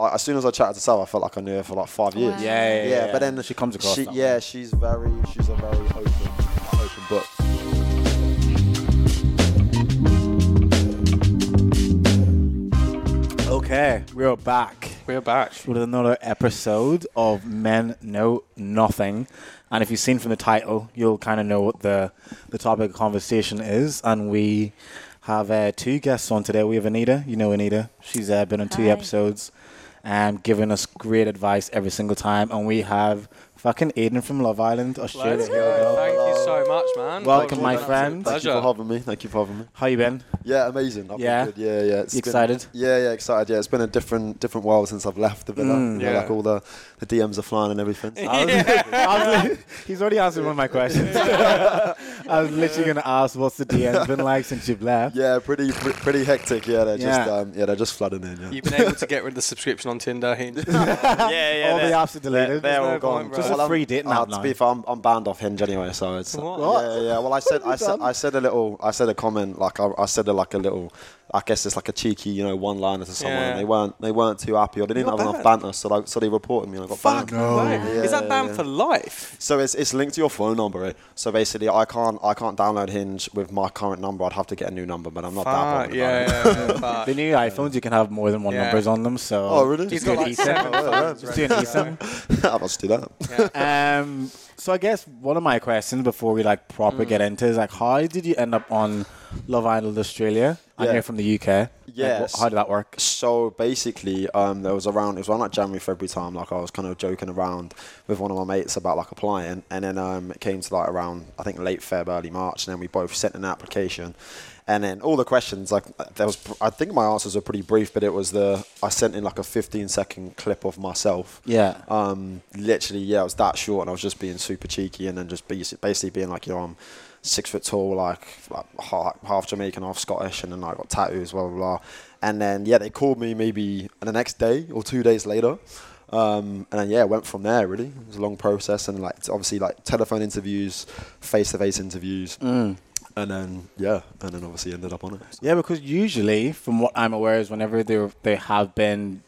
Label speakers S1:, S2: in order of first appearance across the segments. S1: I, as soon as I chatted to Sal, I felt like I knew her for like five
S2: Oh,
S1: years.
S3: Wow.
S1: Yeah,
S4: Yeah, yeah, yeah.
S1: but then
S4: she comes across.
S1: She,
S4: that way.
S1: yeah, she's very, she's a very open, open book.
S4: Okay, we're back
S2: We're back.
S4: with another episode of Men Know Nothing, and if you've seen from the title, you'll kind of know what the the topic of conversation is. And we have uh, two guests on today. We have Anita. You know Anita. She's uh, been on two
S3: Hi.
S4: episodes and giving us great advice every single time. And we have fucking Aiden from Love Island, Australia.
S2: Let's
S4: Here we
S2: go.
S4: go.
S2: Thank you so much, man.
S4: Welcome,
S2: Thank you.
S4: my
S2: Absolute
S4: friend.
S1: Thank
S2: Pleasure.
S1: you for having me. Thank you for having me.
S4: How you been?
S1: Yeah, amazing. I've been
S4: Yeah?
S1: good. yeah, yeah. It's
S4: You
S1: been-
S4: excited?
S1: yeah, yeah, excited. Yeah, it's been a different, different world since I've left the villa.
S4: Mm.
S1: You know,
S2: Yeah.
S1: like all the, the DMs are flying and everything.
S4: I was, I was li- he's already answered one of my questions. I was literally going to ask, what's the DM's been like since you've left?
S1: yeah, pretty, pre- pretty hectic. Yeah, they're just,
S4: Yeah.
S1: um, yeah, they're just flooding in. Yeah.
S2: You've been able to get rid of the subscription on Tinder. Hinge. yeah, yeah.
S4: All the apps are
S1: They're,
S4: deleted.
S1: they're
S2: no
S1: all gone.
S2: point, bro. Just a
S1: I'm-
S4: free dating
S1: uh,
S4: app
S1: To
S4: now.
S1: be fair, I'm, I'm banned off Hinge anyway, so it's.
S2: What?
S4: What?
S1: Yeah, yeah. Well, I said, I said,
S4: done?
S1: I said a little, I said a comment, like I, I said a, like a little, I guess it's like a cheeky, you know, one liner to someone.
S2: Yeah.
S1: And they weren't, they weren't too happy, or they didn't
S2: You're
S1: have enough
S2: banned.
S1: banter, so, like, so they reported me and I got
S2: Fuck.
S1: banned.
S2: No. Is that
S1: Yeah,
S2: banned
S1: yeah.
S2: for life?
S1: So it's, it's linked to your phone number. eh? So basically, I can't I can't download Hinge with my current number. I'd have to get a new number, but I'm not that bothered about
S2: Fuck, yeah,
S1: it.
S2: yeah, yeah, fuck.
S4: The new iPhones, you can have more than one
S2: Yeah.
S4: numbers on them. So
S1: Oh, really?
S4: Just
S1: He's
S4: do
S1: got
S4: an E
S1: like
S4: eSIM. Just do an eSIM.
S1: I'll just do that.
S4: Um, so I guess one of my questions before we like proper
S1: Mm.
S4: get into is like, how did you end up on Love Island Australia? And
S1: Yeah.
S4: you're from the UK. Like, wh-
S1: Yes.
S4: how did that work?
S1: So basically, um, there was around it was around like January, February time. Like I was kind of joking around with one of my mates about like applying, and then um, it came to like around I think late Feb, early March, and then we both sent an application, and then all the questions like there was I think my answers were pretty brief, but it was the I sent in like a 15 second clip of myself.
S4: Yeah.
S1: Um, literally, yeah, it was that short, and I was just being super cheeky, and then just basi- basically being like, you know, I'm six foot tall, like, like half, half Jamaican, half Scottish, and then I got tattoos, blah blah blah. And then yeah, they called me maybe the next day or two days later, um, and then yeah, it went from there. Really, it was a long process, and like it's obviously like telephone interviews, face to face interviews, and then yeah, and then obviously ended up on it.
S4: Yeah, because usually, from what I'm aware, is whenever they they have been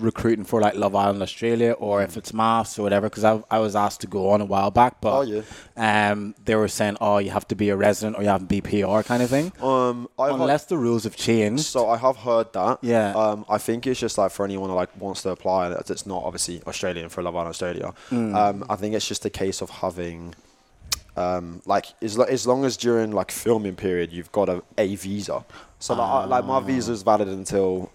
S4: recruiting for like Love Island Australia or if it's Maths or whatever, because I, I was asked to go on a while back, but
S1: Oh, yeah.
S4: um, they were saying, oh, you have to be a resident or you have to be PR kind of thing.
S1: Um, I
S4: Unless the rules have changed.
S1: So I have heard that.
S4: Yeah.
S1: Um, I think it's just like for anyone who like wants to apply that- that's not obviously Australian for Love Island Australia.
S4: Mm.
S1: Um, I think it's just a case of having. Um, like as, lo- as long as during like filming period you've got a, a visa, so like, I,
S4: Ah.
S1: like my visa is valid until,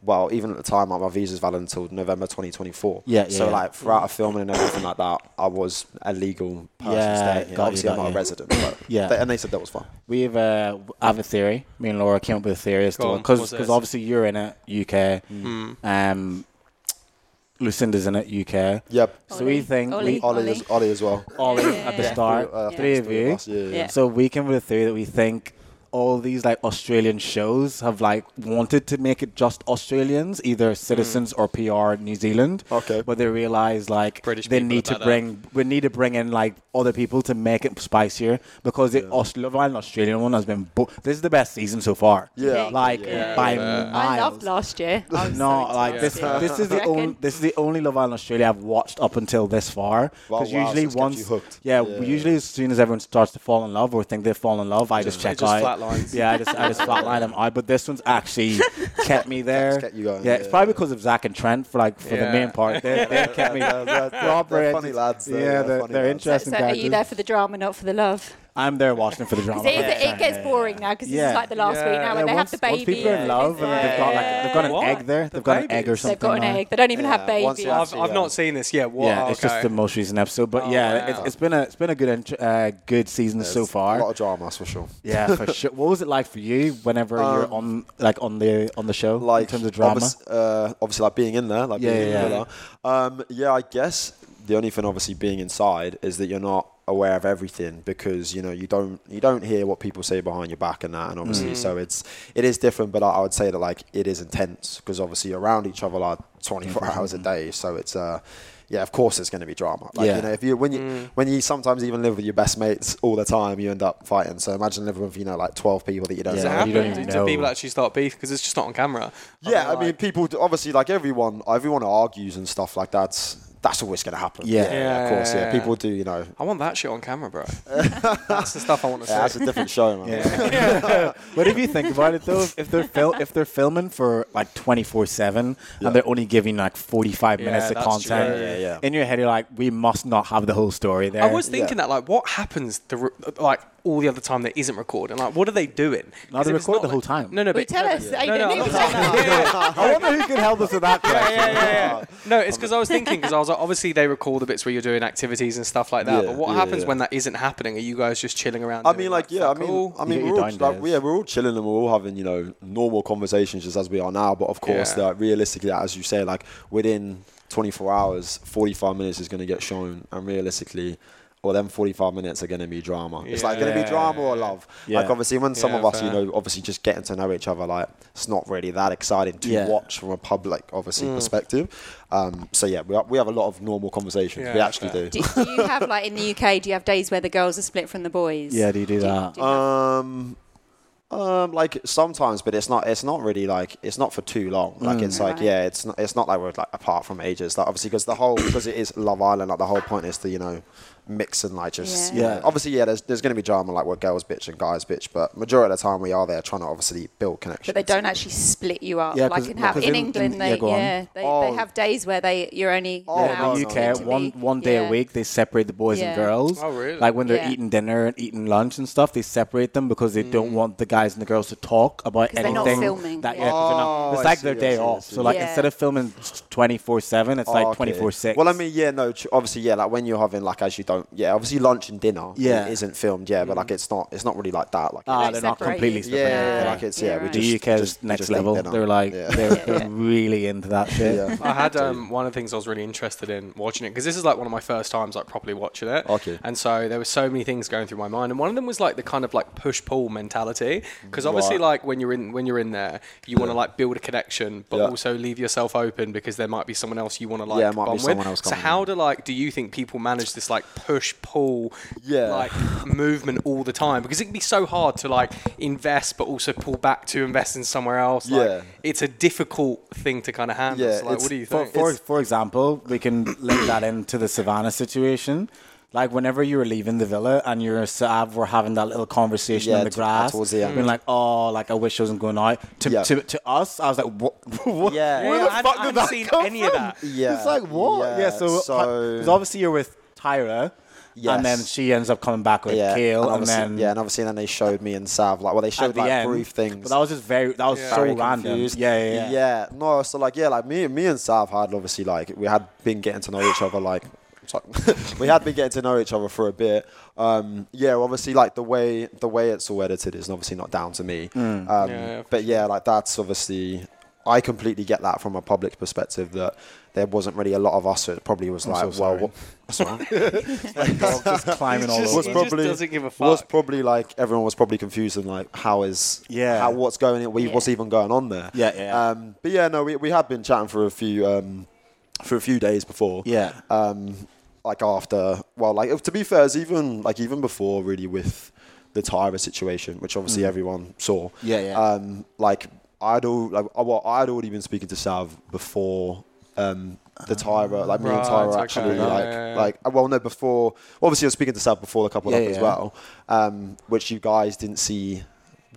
S1: well even at the time like, my visa is valid until November 2024.
S4: Yeah, yeah,
S1: So
S4: yeah.
S1: like throughout a filming and everything like that, I was a legal person
S4: Yeah,
S1: staying here.
S4: got you,
S1: Obviously, I'm
S4: got
S1: not a
S4: you.
S1: resident. But
S4: Yeah.
S1: they- and they said that was fine.
S4: We've uh, I have a theory. Me and Laura came up with a theory as
S2: Go
S4: to
S2: on,
S4: because
S2: what's Mm-hmm.
S4: because
S2: this?
S4: obviously you're in it UK, um, Lucinda's in it UK.
S1: Yep.
S4: So we
S3: Ollie.
S4: think we
S3: Ollie.
S1: Ollie, is, Ollie as well.
S4: Ollie
S3: Yeah.
S4: at the
S3: Yeah.
S4: start,
S1: Uh,
S4: three of
S1: three
S4: you.
S1: of us, yeah, yeah.
S3: Yeah.
S4: So we came with a theory that we think all these like Australian shows have like wanted to make it just Australians,
S2: Hmm.
S4: either citizens or PR New Zealand.
S1: Okay.
S4: But they realize like
S2: Oh. British
S4: they
S2: people
S4: need to
S2: are better.
S4: bring we need to bring in like other people to make it spicier because the Aus- Love Island Australian one has been bo- this is the best season so far.
S1: Yeah.
S4: Like
S3: Yeah.
S4: by
S2: Yeah.
S3: I
S4: miles.
S3: loved last year. I was
S4: No,
S3: so
S4: like this.
S3: excited.
S4: This is
S3: You
S4: the
S3: reckon?
S4: only. This is the only Love Island Australia I've watched up until this far.
S1: Wow,
S4: Because
S1: wow, so
S4: usually
S1: it's kept you
S4: once,
S1: hooked.
S4: yeah,
S1: Yeah.
S4: usually as soon as everyone starts to fall in love or think they've fallen in love, I just check
S2: It just
S4: out.
S2: flatlines.
S4: Yeah, I just I just flatline them out. But this one's actually kept me there.
S1: kept you going,
S4: Yeah, it's
S1: yeah,
S4: probably because of Zach and Trent for like for the
S2: Yeah.
S4: main part. They, they kept me.
S1: They're- they're- they're
S4: proper
S1: funny
S4: ent-
S1: lads, though.
S4: Yeah,
S1: They're
S4: they're,
S1: funny
S4: they're
S1: lads.
S4: interesting
S3: So are you there
S4: characters.
S3: for the drama, not for the love?
S4: I'm there watching for the drama.
S3: 'Cause it, is-
S4: Yeah.
S3: it gets boring now because
S4: Yeah.
S3: this is like the last
S2: Yeah.
S3: week now
S4: Yeah,
S3: when they
S4: once,
S3: have the
S4: once
S3: baby.
S4: people are in
S3: and
S4: love, and they've got like
S3: Yeah.
S4: they've got an
S2: What?
S4: egg there.
S2: The
S4: They've got an egg or
S2: babies.
S4: something.
S3: They've got an
S4: now.
S3: egg. They don't even have
S1: Yeah, once
S3: babies.
S1: you have-
S2: I've, I've not seen this yet. What?
S4: Yeah, it's just
S2: Okay.
S4: the most recent episode, but
S2: Oh,
S4: yeah,
S2: wow.
S4: it's, it's been a it's been a good int- uh, good season
S1: A
S4: so
S1: lot
S4: far.
S1: of drama, that's for sure.
S4: yeah, for sure. What was it like for you whenever you're on like on the on the show
S1: Um, Like
S4: in terms of drama?
S1: obvious- uh, obviously, like being in there, like
S4: Yeah,
S1: being in
S4: yeah,
S1: the villa. Um, yeah, I guess the only thing, obviously, being inside is that you're not aware of everything because you know you don't you don't hear what people say behind your back and that and
S4: Mm.
S1: obviously so it's it is different but I, I would say that like it is intense because obviously you're around each other like 24 hours a day so it's uh yeah of course there's going to be drama like
S4: Yeah.
S1: you know if you when you when you sometimes even live with your best mates all the time you end up fighting so imagine living with you know like 12 people that you don't
S4: Yeah,
S2: Does
S1: know
S2: it
S4: you
S2: happen?
S4: don't even
S2: Do
S4: know.
S2: people actually start beef because it's just not on camera?
S1: yeah, I mean, people d- obviously like everyone. Everyone argues and stuff like that. That's always going to happen.
S4: Yeah.
S1: of course. Yeah,
S2: Yeah.
S1: people do. You know,
S2: I want that shit on camera, bro. That's the stuff I want to
S1: yeah, that's
S2: see.
S1: a different show, man.
S4: but if you think about it though, if they're fil- if they're filming for like twenty four seven
S1: Yeah.
S4: and they're only giving like forty five
S2: Yeah,
S4: minutes of
S2: that's
S4: content,
S2: true.
S1: Yeah, yeah.
S4: in your head you're like, we must not have the whole story there.
S2: I was thinking that, like, what happens the re- like all the other time that isn't recording? Like, what are they doing?
S4: No,
S2: 'Cause
S4: they
S2: if it's
S4: record
S2: not
S4: the
S2: like-
S4: whole time.
S2: No, no,
S3: Well,
S2: but
S3: tell us. I don't
S2: No, no,
S3: need
S2: I'm
S3: to
S2: not-
S3: tell us.
S4: I wonder who can help us with that. question.
S2: yeah, yeah, yeah. No, it's because I was thinking because I was like, obviously they record the bits where you're doing activities and stuff like that.
S1: Yeah,
S2: but what
S1: yeah,
S2: happens
S1: yeah.
S2: when that isn't happening? Are you guys just chilling around?
S1: I
S2: doing,
S1: mean, like, yeah, I
S2: fuck all?
S1: mean, I mean,
S4: You get your
S1: we're all,
S4: dime
S1: like,
S4: days.
S1: yeah, we're all chilling and we're all having, you know, normal conversations just as we are now. But of course,
S2: Yeah.
S1: like, realistically, as you say, like, within 24 hours, 45 minutes is going to get shown, and realistically, well, them 45 minutes are going to be drama. It's like going to be
S2: Yeah.
S1: drama or love.
S4: Yeah.
S1: Like, obviously, when some
S2: Yeah,
S1: of us, you
S2: fair.
S1: know, obviously just getting to know each other, like, it's not really that exciting to
S4: Yeah.
S1: watch from a public,
S2: Mm.
S1: obviously, perspective. Um, so yeah, we, are, we have a lot of normal conversations. we
S2: Yeah,
S1: actually
S2: fair.
S1: do.
S3: do, do you have like in the UK? Do you have days where the girls are split from the boys?
S4: Yeah, do you do that?
S3: you have-
S1: Um, um, like sometimes, but it's not. It's not really like it's not for too long. Like it's like
S3: Right.
S1: yeah, it's not. It's not like we're like apart from ages. Like obviously because the whole because it is Love Island. Like the whole point is to you know mix and like just
S3: Yeah.
S1: you know,
S4: Yeah.
S1: Obviously yeah, there's there's gonna be drama like where girls bitch and guys bitch, but majority of the time we are there trying to obviously build connections.
S3: but they don't actually split you up.
S4: Yeah,
S3: like
S4: 'cause-
S3: in, how,
S4: 'cause
S3: in,
S4: in-
S3: England,
S4: in-
S3: they
S4: yeah,
S3: yeah,
S4: go on.
S3: they,
S1: Oh.
S3: they have days where they you're only
S1: Oh,
S3: allowed
S1: no,
S4: in
S1: no,
S4: the
S1: no,
S4: UK,
S1: no.
S3: to
S4: one
S3: meet-
S4: one day a
S3: yeah.
S4: week they separate the boys and
S3: Yeah.
S4: girls.
S2: Oh, really?
S4: Like when they're
S3: Yeah.
S4: eating dinner and eating lunch and stuff, they separate them because they don't
S1: Mm.
S4: want the guys and the girls to talk about
S3: 'Cause they're
S4: anything.
S3: not filming,
S4: That,
S3: yeah.
S4: yeah, 'cause they're not-
S1: Oh,
S4: it's
S1: I
S4: like
S1: see,
S4: their
S1: I
S4: day
S1: see, I
S4: off.
S1: see.
S4: So like
S3: Yeah.
S4: instead of filming twenty four seven, it's
S1: Oh,
S4: like
S1: okay.
S4: twenty four six.
S1: Well, I mean, yeah, no. tr- Obviously, yeah. Like when you're having, like, as you don't, yeah. Obviously, lunch and dinner,
S4: Yeah.
S1: it isn't filmed, yeah. But
S3: Mm.
S1: like, it's not, it's not really like that. Like,
S4: ah,
S3: They
S4: they're not
S3: separate
S4: completely
S3: you.
S1: yeah,
S4: separated.
S1: yeah,
S3: Yeah.
S1: like it's
S3: Yeah,
S1: yeah. We
S3: right.
S1: just,
S4: the UK's
S1: just- we
S4: next
S1: just eat
S4: level.
S1: dinner.
S4: They're like
S1: Yeah.
S4: they're,
S3: Yeah.
S4: they're really into that shit.
S1: yeah.
S2: I had um, one of the things I was really interested in watching it because this is like one of my first times like properly watching it.
S1: Okay.
S2: And so there were so many things going through my mind, and one of them was like the kind of like push pull mentality because obviously
S1: Right.
S2: like when you're in when you're in there, you want to like build a connection, but
S1: Yeah.
S2: also leave yourself open because there might be someone else you want to like
S1: Yeah, it might be
S2: bond with.
S1: someone else
S2: so
S1: coming
S2: how
S1: in.
S2: do like do you think people manage this like push pull
S1: Yeah.
S2: like movement all the time because it can be so hard to like invest but also pull back to invest in somewhere else. Like,
S1: Yeah.
S2: It's a difficult thing to kind of handle.
S1: Yeah,
S2: so, like,
S1: it's-
S2: what do you
S4: for,
S2: think?
S4: for, for example, we can link that into the Savannah situation. Like whenever you were leaving the villa and you're Sav were having that little conversation
S1: Yeah,
S4: in the
S1: t-
S4: grass,
S1: towards the end.
S4: being like, "Oh, like I wish I wasn't going out." To
S1: Yeah.
S4: to, to us, I was like, "What? what
S1: Yeah.
S4: where
S1: Yeah,
S4: the
S2: I hadn't-
S4: fuck did
S2: I hadn't
S4: that
S2: seen
S4: come
S2: any
S4: from?"
S2: of that.
S1: Yeah,
S4: it's like what? Yeah,
S1: yeah,
S4: so,
S1: so-
S4: 'cause obviously you're with Tyra,
S1: Yes.
S4: and then she ends up coming back with Kale, and,
S1: obviously-
S4: then
S1: yeah, and obviously then they showed me and Sav like well they
S4: at
S1: showed
S4: the
S1: like
S4: end,
S1: brief things.
S4: But that was just very that was
S2: Yeah.
S4: so
S1: very
S4: random.
S1: confused.
S4: Yeah, yeah, yeah.
S1: No, so like yeah, like me, me and Sav had obviously like we had been getting to know each other like. sorry. we had been getting to know each other for a bit. Um, yeah, obviously, like the way the way it's all edited is obviously not down to me.
S4: Mm.
S1: Um,
S2: Yeah, yeah, for
S1: but yeah, like that's obviously I completely get that from a public perspective that there wasn't really a lot of us. So it probably was like,
S4: so
S1: well,
S4: sorry.
S1: what, that's all right.
S4: Dog just climbing all
S2: just-
S4: over.
S1: was
S2: he
S1: probably
S2: doesn't give a
S1: was
S2: fuck.
S1: probably like everyone was probably confused and like how is
S4: Yeah.
S1: how what's going on what's
S3: Yeah.
S1: even going on there
S4: Yeah, yeah.
S1: um but yeah no we, we had been chatting for a few um for a few days before
S4: Yeah.
S1: um like after well like to be fair it's even like even before really with the Tyra situation which obviously
S2: Mm.
S1: everyone saw
S4: Yeah, yeah.
S1: um like I'd all like I- well I'd already been speaking to Sav before um the Tyra like me and
S2: Ah, Right,
S1: Tyra
S2: okay.
S1: actually
S2: Yeah,
S1: like
S2: yeah, yeah.
S1: like uh, well no before obviously I was speaking to Sav before the couple
S4: Yeah,
S1: up as
S4: yeah.
S1: well um which you guys didn't see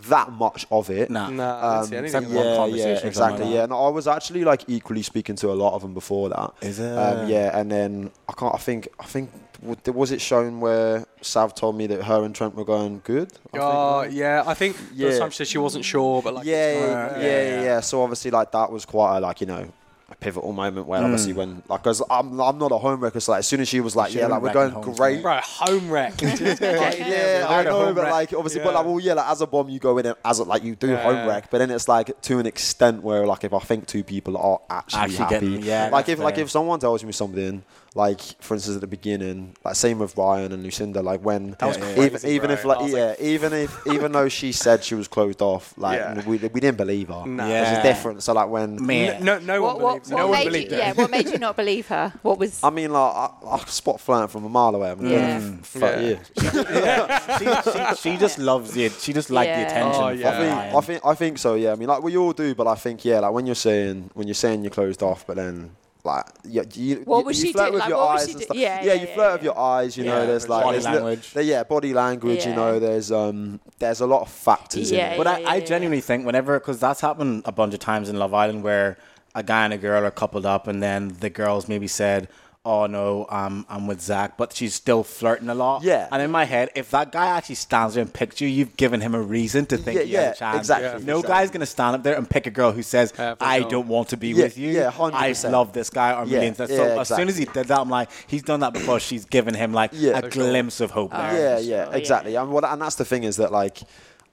S1: that much of it
S4: Nah.
S2: Nah,
S1: um,
S2: I didn't see
S4: it's
S2: anything
S4: like
S2: of that.
S4: one
S1: yeah,
S4: conversation or
S1: yeah,
S4: something
S1: exactly.
S4: like
S1: yeah,
S4: that.
S1: and I was actually like equally speaking to a lot of them before that.
S4: Is it?
S1: Um, yeah, and then I can't. I think. I think. w- there- Was it shown where Sav told me that her and Trent were going good? I think,
S2: Oh,
S1: right?
S2: yeah. I think
S1: Yeah.
S2: yeah. some she wasn't sure, but like
S1: yeah,
S2: it's
S1: yeah,
S2: fine.
S1: yeah, yeah, yeah. So obviously, like that was quite a, like you know a pivotal moment
S4: Hmm.
S1: where obviously when like because I'm I'm not a homewrecker, so like as soon as she was like,
S4: She
S1: yeah,
S4: went
S1: like we're
S4: wrecking
S1: going
S4: homes,
S1: great.
S2: Bro, home wreck.
S1: Yeah, I know, but like obviously, but
S2: Yeah.
S1: like, well, yeah, like as a bomb, you go in and as a, like you do
S2: Yeah.
S1: home wreck, but then it's like to an extent where like if I think two people are actually,
S4: Actually
S1: happy,
S4: getting- yeah,
S1: like
S4: that's
S1: if like
S4: fair.
S1: if someone tells me something like for instance at the beginning, like same with Ryan and Lucinda, like when
S2: That was
S1: even,
S2: crazy,
S1: even
S2: bro.
S1: if like
S2: I was
S1: yeah,
S2: like-
S1: even if even though she said she was closed off, like
S2: Yeah.
S1: we, we didn't believe her.
S2: Nah.
S1: Which is
S4: Yeah.
S1: different. So like when
S4: Man.
S2: No, no one
S3: What, what,
S2: believes
S3: what
S2: it. No one
S3: made
S2: believed
S3: you,
S2: it.
S3: yeah, what made you not believe her? What was?
S1: I mean like I, I could spot flying from a mile away. I've been doing
S3: Yeah.
S1: it for thirty
S2: Yeah.
S1: years.
S4: she, she, she just loves the. She just liked
S3: Yeah.
S4: the attention.
S2: Oh,
S4: from
S2: yeah.
S1: I think,
S4: Ryan.
S1: I think I think so. Yeah, I mean, like we all do, but I think yeah, like when you're saying when you're saying you're closed off, but then like you, you,
S3: What
S1: you,
S3: was
S1: you
S3: she
S1: flirt
S3: doing?
S1: with
S3: Like,
S1: your
S3: what was
S1: eyes
S3: she
S1: and
S3: do-
S1: stuff.
S3: yeah, yeah,
S1: you
S3: yeah,
S1: flirt with
S3: yeah.
S1: your eyes. You know,
S2: Yeah.
S1: there's like
S4: Body
S1: there's li-
S4: language.
S1: there- yeah, body language. You
S3: Yeah.
S1: know, there's um there's a lot of factors
S3: Yeah,
S1: in it.
S4: But I,
S3: yeah,
S4: I
S3: yeah.
S4: genuinely think whenever, because that's happened a bunch of times in Love Island where a guy and a girl are coupled up, and then the girls maybe said, "Oh no, um, I'm with Zach," but she's still flirting a lot.
S1: Yeah.
S4: And in my head, if that guy actually stands there and picks you, you've given him a reason to think
S1: Yeah,
S4: you have
S1: yeah,
S4: a chance.
S1: exactly,
S2: Yeah.
S4: No
S1: exactly.
S4: guy's gonna stand up there and pick a girl who says,
S2: Yeah, for
S4: "I
S2: sure.
S4: don't want to be
S1: Yeah,
S4: with you.
S1: yeah,
S4: I
S1: 100%.
S4: love this guy." Or
S1: Yeah,
S4: millions. So
S1: yeah,
S4: as soon as he did that, I'm like, he's done that before. She's given him like
S1: Yeah.
S4: a
S1: For
S2: sure.
S4: glimpse of hope there.
S1: yeah,
S3: for
S1: yeah,
S3: sure,
S1: exactly. And what, and that's the thing is that like,